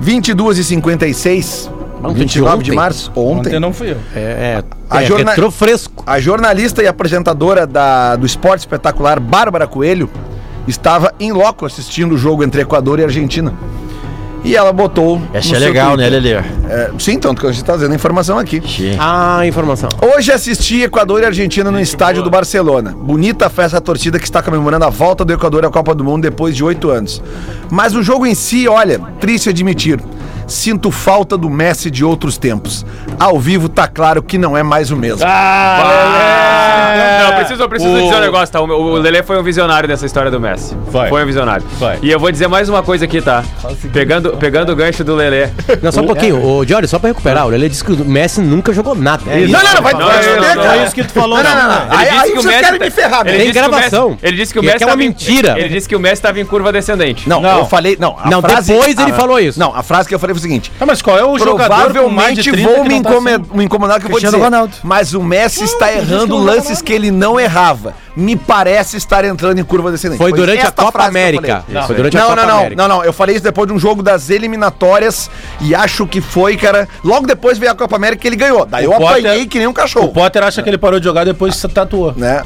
[SPEAKER 7] 22h56,
[SPEAKER 9] Ontem de
[SPEAKER 7] 29 de
[SPEAKER 9] ontem?
[SPEAKER 7] março, ontem,
[SPEAKER 3] Ontem não fui eu.
[SPEAKER 9] É, é,
[SPEAKER 7] A
[SPEAKER 9] é
[SPEAKER 7] jorna-
[SPEAKER 9] retrô fresco.
[SPEAKER 7] a jornalista e apresentadora da- do esporte espetacular Bárbara Coelho estava em loco assistindo o jogo entre Equador e Argentina. E ela botou.
[SPEAKER 16] Essa é
[SPEAKER 7] no seu
[SPEAKER 16] legal, né,
[SPEAKER 7] Twitter.
[SPEAKER 16] Lelê?
[SPEAKER 7] É, sim, tanto que a gente tá dizendo a informação aqui.
[SPEAKER 9] Ah, informação.
[SPEAKER 7] Hoje assisti Equador e Argentina no estádio do Barcelona. Bonita festa da torcida que está comemorando a volta do Equador à Copa do Mundo depois de oito anos. Mas o jogo em si, olha, triste admitir. Sinto falta do Messi de outros tempos. Ao vivo tá claro que não é mais o mesmo.
[SPEAKER 11] Ah, Não, eu preciso, eu preciso dizer um negócio, tá? O, o Lelê foi um visionário dessa história do Messi. Foi. Foi um visionário. Foi. E eu vou dizer mais uma coisa aqui, tá? Pegando, pegando o gancho do Lelê.
[SPEAKER 9] Não, só um pouquinho, o Jorge, só pra recuperar, o Lelê disse que o Messi nunca jogou nada.
[SPEAKER 11] É isso. Não, não, não, vai
[SPEAKER 9] Não,
[SPEAKER 11] te
[SPEAKER 9] não,
[SPEAKER 11] fuder,
[SPEAKER 9] não,
[SPEAKER 11] cara.
[SPEAKER 9] não é isso que tu falou,
[SPEAKER 11] Não, não, não, não. Aí- aí vocês querem me ferrar,
[SPEAKER 9] Ele
[SPEAKER 11] velho.
[SPEAKER 9] tem
[SPEAKER 11] disse que o Messi-
[SPEAKER 9] gravação.
[SPEAKER 11] ele disse que o
[SPEAKER 9] é
[SPEAKER 11] Messi
[SPEAKER 9] é uma
[SPEAKER 11] tava em-
[SPEAKER 9] mentira.
[SPEAKER 11] Ele disse que o Messi estava em curva descendente.
[SPEAKER 7] Não, eu falei. Não, a
[SPEAKER 9] Não, depois ele falou isso.
[SPEAKER 7] Não, a frase que eu falei foi o seguinte.
[SPEAKER 3] Ah, mas qual é o jogador com mais de
[SPEAKER 7] Provavelmente
[SPEAKER 3] 30
[SPEAKER 7] vou
[SPEAKER 3] que
[SPEAKER 7] me,
[SPEAKER 3] não tá
[SPEAKER 7] incomen-
[SPEAKER 3] assim?
[SPEAKER 7] me incomodar que eu vou dizer.
[SPEAKER 3] Cristiano Ronaldo.
[SPEAKER 7] Mas o Messi está errando lances que ele não errava. Me parece estar entrando em curva descendente.
[SPEAKER 9] Foi durante
[SPEAKER 7] esta
[SPEAKER 9] a Copa
[SPEAKER 7] frase que eu
[SPEAKER 9] América.
[SPEAKER 7] falei.
[SPEAKER 9] Não,
[SPEAKER 7] Não,
[SPEAKER 9] foi durante a
[SPEAKER 7] não,
[SPEAKER 9] Copa
[SPEAKER 7] não, não,
[SPEAKER 9] América.
[SPEAKER 7] não, não. Eu falei isso depois de um jogo das eliminatórias e acho que foi, cara. Logo depois veio a Copa América que ele ganhou. Daí eu
[SPEAKER 3] O Potter-
[SPEAKER 7] apanhei que nem
[SPEAKER 3] O
[SPEAKER 7] um cachorro.
[SPEAKER 3] Potter acha que ele parou de jogar depois que se tatuou.
[SPEAKER 7] Né?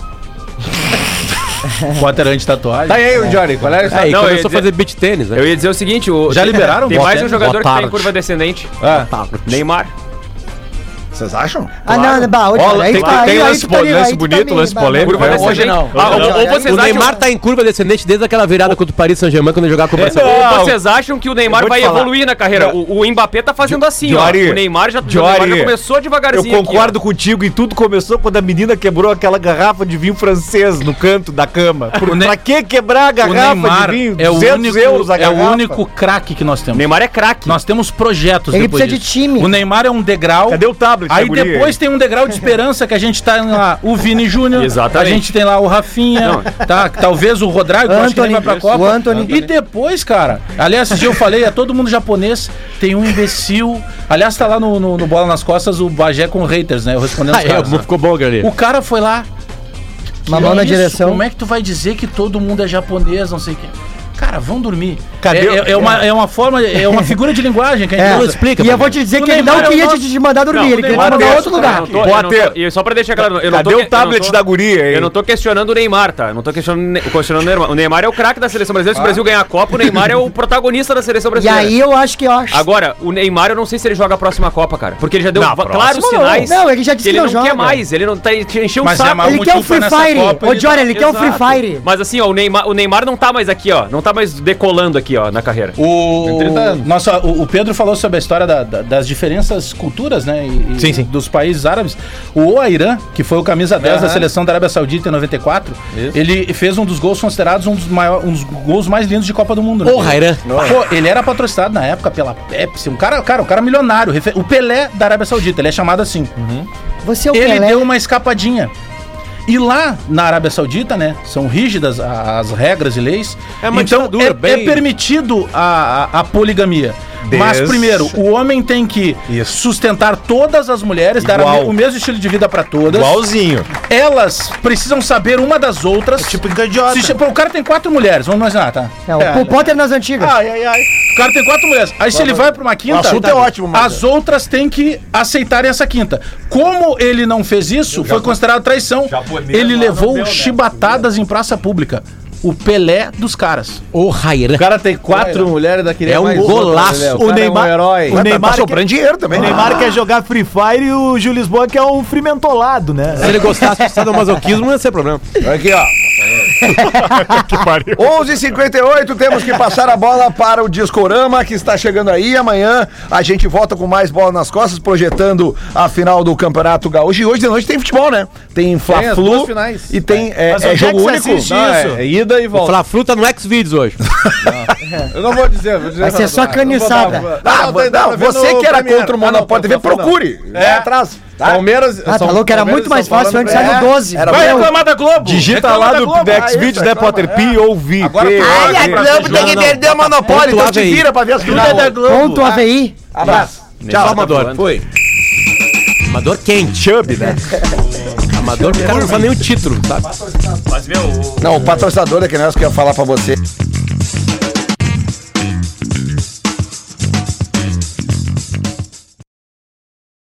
[SPEAKER 3] O Potter anti-tatuagem.
[SPEAKER 2] Tá aí, Johnny, qual é
[SPEAKER 9] Aí
[SPEAKER 11] Não, eu ia
[SPEAKER 9] começou a
[SPEAKER 11] dizer-
[SPEAKER 9] fazer beat tênis, né?
[SPEAKER 11] Eu ia dizer o seguinte: o-
[SPEAKER 3] Já
[SPEAKER 11] tem-
[SPEAKER 3] liberaram
[SPEAKER 11] Tem
[SPEAKER 3] o
[SPEAKER 11] mais um
[SPEAKER 3] Botelho?
[SPEAKER 11] jogador que
[SPEAKER 9] Boa
[SPEAKER 11] tá em
[SPEAKER 9] tarde.
[SPEAKER 11] curva descendente: Neymar.
[SPEAKER 7] Vocês acham?
[SPEAKER 4] Ah, não, não, bah, hoje,
[SPEAKER 17] Ó,
[SPEAKER 4] aí
[SPEAKER 17] tem-
[SPEAKER 4] tá-
[SPEAKER 17] tem
[SPEAKER 4] aí-
[SPEAKER 17] lance
[SPEAKER 4] aí tu tá
[SPEAKER 17] bo-
[SPEAKER 4] meio-
[SPEAKER 17] lance
[SPEAKER 4] aí tu
[SPEAKER 17] bonito,
[SPEAKER 4] meio-
[SPEAKER 17] lance
[SPEAKER 4] bah, bah,
[SPEAKER 17] polêmico,
[SPEAKER 4] bah,
[SPEAKER 11] Curva
[SPEAKER 4] bah,
[SPEAKER 17] Hoje
[SPEAKER 11] descendente.
[SPEAKER 17] não.
[SPEAKER 11] Ah,
[SPEAKER 4] É, Hoje
[SPEAKER 11] ou-
[SPEAKER 4] não.
[SPEAKER 11] Ou vocês
[SPEAKER 9] O
[SPEAKER 11] acham-
[SPEAKER 9] Neymar tá em curva descendente desde aquela virada contra o Paris Saint-Germain quando ele jogava contra o Barcelona.
[SPEAKER 11] Ou
[SPEAKER 2] Não.
[SPEAKER 11] vocês acham que o
[SPEAKER 2] Eu
[SPEAKER 11] Neymar
[SPEAKER 2] vou
[SPEAKER 11] vai
[SPEAKER 2] te falar.
[SPEAKER 11] evoluir na carreira? O, o Mbappé tá fazendo assim,
[SPEAKER 2] Jory,
[SPEAKER 11] ó. O Neymar já, o Neymar já
[SPEAKER 2] Jory,
[SPEAKER 11] começou
[SPEAKER 6] Eu
[SPEAKER 11] devagarzinho. aqui, ó.
[SPEAKER 6] concordo contigo e tudo começou quando a menina quebrou aquela garrafa de vinho francês no canto da cama. Por,
[SPEAKER 3] Ne-
[SPEAKER 6] pra que quebrar a
[SPEAKER 3] O
[SPEAKER 6] garrafa
[SPEAKER 3] Neymar
[SPEAKER 6] de vinho?
[SPEAKER 3] é o
[SPEAKER 6] 200
[SPEAKER 3] único,
[SPEAKER 6] euros a
[SPEAKER 3] é o
[SPEAKER 6] garrafa.
[SPEAKER 3] único craque que nós temos.
[SPEAKER 11] Neymar é craque.
[SPEAKER 3] Nós temos projetos
[SPEAKER 4] Ele
[SPEAKER 3] depois
[SPEAKER 4] precisa de time.
[SPEAKER 3] O Neymar é um degrau.
[SPEAKER 6] Cadê o tablet?
[SPEAKER 3] Aí
[SPEAKER 6] da guria?
[SPEAKER 3] depois tem um degrau de esperança que a gente tá lá, o Vini Júnior, a
[SPEAKER 11] Exatamente.
[SPEAKER 3] gente tem lá o Rafinha, tá, talvez o Rodrigo, que eu acho que ele vai pra
[SPEAKER 4] Anthony,
[SPEAKER 3] Copa.
[SPEAKER 4] o Anthony.
[SPEAKER 3] E depois, cara, aliás, esse dia eu falei, é todo mundo japonês, tem um imbecil. Aliás, tá lá no, no- no Bola nas Costas o Bagé com haters, né? Eu respondendo os
[SPEAKER 9] Ah, é,
[SPEAKER 3] caras. né?
[SPEAKER 9] ficou bom, galera.
[SPEAKER 3] O cara foi lá.
[SPEAKER 4] Mamão
[SPEAKER 3] Que
[SPEAKER 4] na
[SPEAKER 3] isso?
[SPEAKER 4] direção.
[SPEAKER 3] Como é que tu vai dizer que todo mundo é japonês, não sei o quê? Cara, vão dormir.
[SPEAKER 6] Cadê
[SPEAKER 3] É,
[SPEAKER 6] o-
[SPEAKER 3] é- é uma, é uma forma, é uma figura de linguagem que a gente
[SPEAKER 4] É.
[SPEAKER 3] usa.
[SPEAKER 9] explica,
[SPEAKER 4] E eu
[SPEAKER 9] Bagé.
[SPEAKER 4] vou te dizer
[SPEAKER 3] O
[SPEAKER 4] que ele não
[SPEAKER 3] Neymar é o
[SPEAKER 4] queria te
[SPEAKER 3] nosso-
[SPEAKER 4] te mandar dormir,
[SPEAKER 11] Não,
[SPEAKER 4] ele
[SPEAKER 11] o
[SPEAKER 4] queria te
[SPEAKER 11] Neymar
[SPEAKER 4] mandar
[SPEAKER 11] é
[SPEAKER 4] em
[SPEAKER 11] o
[SPEAKER 4] outro
[SPEAKER 11] nosso-
[SPEAKER 4] lugar.
[SPEAKER 11] Não, eu não tô- eu não tô-
[SPEAKER 6] Potter.
[SPEAKER 11] e só pra deixar claro, eu não
[SPEAKER 6] Cadê
[SPEAKER 11] tô,
[SPEAKER 6] o
[SPEAKER 11] eu não
[SPEAKER 6] tablet
[SPEAKER 11] tô-
[SPEAKER 6] da guria, hein?
[SPEAKER 11] Eu não tô questionando o Neymar, tá? Eu não tô questionando, o Ne- questionando o Neymar. O Neymar é o craque da seleção brasileira. Se o Brasil ganhar a Copa, o Neymar é o protagonista da seleção
[SPEAKER 4] E
[SPEAKER 11] brasileira.
[SPEAKER 4] aí eu acho que eu acho.
[SPEAKER 11] Agora, o Neymar, eu não sei se ele joga a próxima Copa, cara. Porque ele já deu va- claros
[SPEAKER 4] não.
[SPEAKER 11] sinais.
[SPEAKER 4] Não, ele já disse
[SPEAKER 11] que ele
[SPEAKER 4] que
[SPEAKER 11] não,
[SPEAKER 4] não joga.
[SPEAKER 11] quer mais. Ele não tá ele encheu o
[SPEAKER 3] Mas é
[SPEAKER 11] saco.
[SPEAKER 3] uma-
[SPEAKER 4] ele
[SPEAKER 3] o
[SPEAKER 4] quer o
[SPEAKER 3] motivo
[SPEAKER 4] Free
[SPEAKER 3] foi nessa
[SPEAKER 4] Fire.
[SPEAKER 3] Copa,
[SPEAKER 4] Ô,
[SPEAKER 3] ele
[SPEAKER 4] Johnny, ele quer o Free
[SPEAKER 11] Exato.
[SPEAKER 4] Fire.
[SPEAKER 11] Mas assim, ó, o Neymar, o Neymar não tá mais aqui, ó. Não tá mais decolando aqui, ó, na carreira.
[SPEAKER 3] O,
[SPEAKER 2] 30 anos.
[SPEAKER 3] nossa, o, o Pedro falou sobre a história da- da- das diferenças culturas, né? e- e
[SPEAKER 6] Sim, sim.
[SPEAKER 3] Dos países árabes. O Oairan, que foi o camisa 10 da seleção da Arábia Saudita em 94, ele fez um dos gols considerados um dos, maior, um dos gols mais lindos de Copa do Mundo. né?
[SPEAKER 9] Porra, Airan.
[SPEAKER 3] Pô, ele era patrocinado na época pela Pepsi. Um cara, cara, um cara milionário. refe- O Pelé da Arábia Saudita, ele é chamado assim.
[SPEAKER 4] Você é o
[SPEAKER 3] ele
[SPEAKER 4] Pelé.
[SPEAKER 3] deu uma escapadinha. E lá na Arábia Saudita, né? São rígidas a- as regras e leis.
[SPEAKER 9] É uma ditadura,
[SPEAKER 3] é,
[SPEAKER 9] bem-
[SPEAKER 3] é permitido a, a- a poligamia. Mas
[SPEAKER 6] Des-
[SPEAKER 3] primeiro, o homem tem que
[SPEAKER 6] Isso.
[SPEAKER 3] sustentar todas as mulheres, dar a
[SPEAKER 6] Igual.
[SPEAKER 3] me- o mesmo estilo de vida pra todas.
[SPEAKER 6] Igualzinho.
[SPEAKER 3] Elas precisam saber uma das outras.
[SPEAKER 16] Tipo idiota.
[SPEAKER 3] Se, pô, o cara tem quatro mulheres, vamos imaginar, tá?
[SPEAKER 4] É, o
[SPEAKER 3] É.
[SPEAKER 4] Potter nas antigas.
[SPEAKER 3] Ai, ai, ai. O cara tem quatro mulheres. Aí se ele vai pra uma quinta.
[SPEAKER 7] O assunto é ótimo, Marcelo.
[SPEAKER 3] As outras têm que aceitarem essa quinta. Como ele não fez isso, foi considerado traição.
[SPEAKER 2] Japonês
[SPEAKER 3] Ele
[SPEAKER 2] lá
[SPEAKER 3] levou chibatadas em praça pública. O Pelé dos caras.
[SPEAKER 9] O Raira.
[SPEAKER 2] O cara tem quatro mulheres daquele
[SPEAKER 9] É um
[SPEAKER 2] O,
[SPEAKER 9] golaço. O
[SPEAKER 2] cara
[SPEAKER 16] Neymar-
[SPEAKER 2] é um herói.
[SPEAKER 16] O Neymar,
[SPEAKER 7] tá sobrando dinheiro também.
[SPEAKER 16] o Neymar quer jogar Free Fire e o Júlio Lisboa quer um frimentolado, né?
[SPEAKER 9] Se ele gostasse do sadomasoquismo, não ia ser problema.
[SPEAKER 7] Aqui, ó. 11h58, temos que passar a bola para o Discorama, que está chegando aí. Amanhã a gente volta com mais bola nas costas, projetando a final do Campeonato Gaúcho. E hoje de noite tem futebol, né? Tem
[SPEAKER 2] as
[SPEAKER 7] Fla-Flu
[SPEAKER 2] duas finais.
[SPEAKER 7] e tem é,
[SPEAKER 16] Mas
[SPEAKER 7] é
[SPEAKER 16] onde é
[SPEAKER 7] jogo
[SPEAKER 16] que você
[SPEAKER 7] único.
[SPEAKER 16] assiste
[SPEAKER 2] Não,
[SPEAKER 16] isso?
[SPEAKER 2] é, é ida e
[SPEAKER 9] Vou
[SPEAKER 2] volta.
[SPEAKER 9] falar fruta no Xvideos hoje.
[SPEAKER 2] Eu não vou dizer, vou dizer.
[SPEAKER 4] Vai ser
[SPEAKER 2] não,
[SPEAKER 4] só
[SPEAKER 2] não, não vou
[SPEAKER 4] caniçada.
[SPEAKER 2] dar-
[SPEAKER 7] Ah,
[SPEAKER 2] vou dar-
[SPEAKER 7] não,
[SPEAKER 2] vou ver
[SPEAKER 7] você
[SPEAKER 2] no
[SPEAKER 7] que era
[SPEAKER 2] Premier.
[SPEAKER 7] contra o
[SPEAKER 2] Ah, não,
[SPEAKER 7] Monopólio TV,
[SPEAKER 2] Fla-Flu não.
[SPEAKER 7] procure.
[SPEAKER 2] É.
[SPEAKER 7] Vai atrás. tá?
[SPEAKER 2] Palmeiras.
[SPEAKER 4] Ah, tá
[SPEAKER 2] São-
[SPEAKER 4] louco, era
[SPEAKER 2] Palmeiras
[SPEAKER 4] muito
[SPEAKER 2] e
[SPEAKER 4] mais
[SPEAKER 2] São Paulo
[SPEAKER 4] fácil
[SPEAKER 2] não
[SPEAKER 4] antes,
[SPEAKER 2] tem-
[SPEAKER 4] era no 12.
[SPEAKER 7] Era
[SPEAKER 2] Vai
[SPEAKER 7] bom.
[SPEAKER 2] reclamar da Globo.
[SPEAKER 6] Digita
[SPEAKER 2] Reclama
[SPEAKER 6] lá
[SPEAKER 2] da
[SPEAKER 6] do
[SPEAKER 2] Globo.
[SPEAKER 6] do
[SPEAKER 2] Ah, isso,
[SPEAKER 6] Xvideos, né,
[SPEAKER 2] reclama,
[SPEAKER 6] Potter?
[SPEAKER 2] é.
[SPEAKER 6] P.O.V.
[SPEAKER 2] Agora
[SPEAKER 6] P.O.V..
[SPEAKER 3] Ah,
[SPEAKER 2] fala,
[SPEAKER 7] Ai, a Globo tem que perder o Monopólio, então te
[SPEAKER 9] AVI.
[SPEAKER 7] vira pra ver as
[SPEAKER 16] Tudo é da
[SPEAKER 7] finais.
[SPEAKER 16] Globo.
[SPEAKER 4] Ponto AVI.
[SPEAKER 7] Abraço. Tchau, Amador. Foi.
[SPEAKER 9] Amador quente.
[SPEAKER 6] Chubby,
[SPEAKER 7] <laughs>
[SPEAKER 6] né?
[SPEAKER 9] Amador, o cara não sabe nem o título, tá? sabe?
[SPEAKER 7] Não, o patrocinador é que nós que eu ia falar pra você.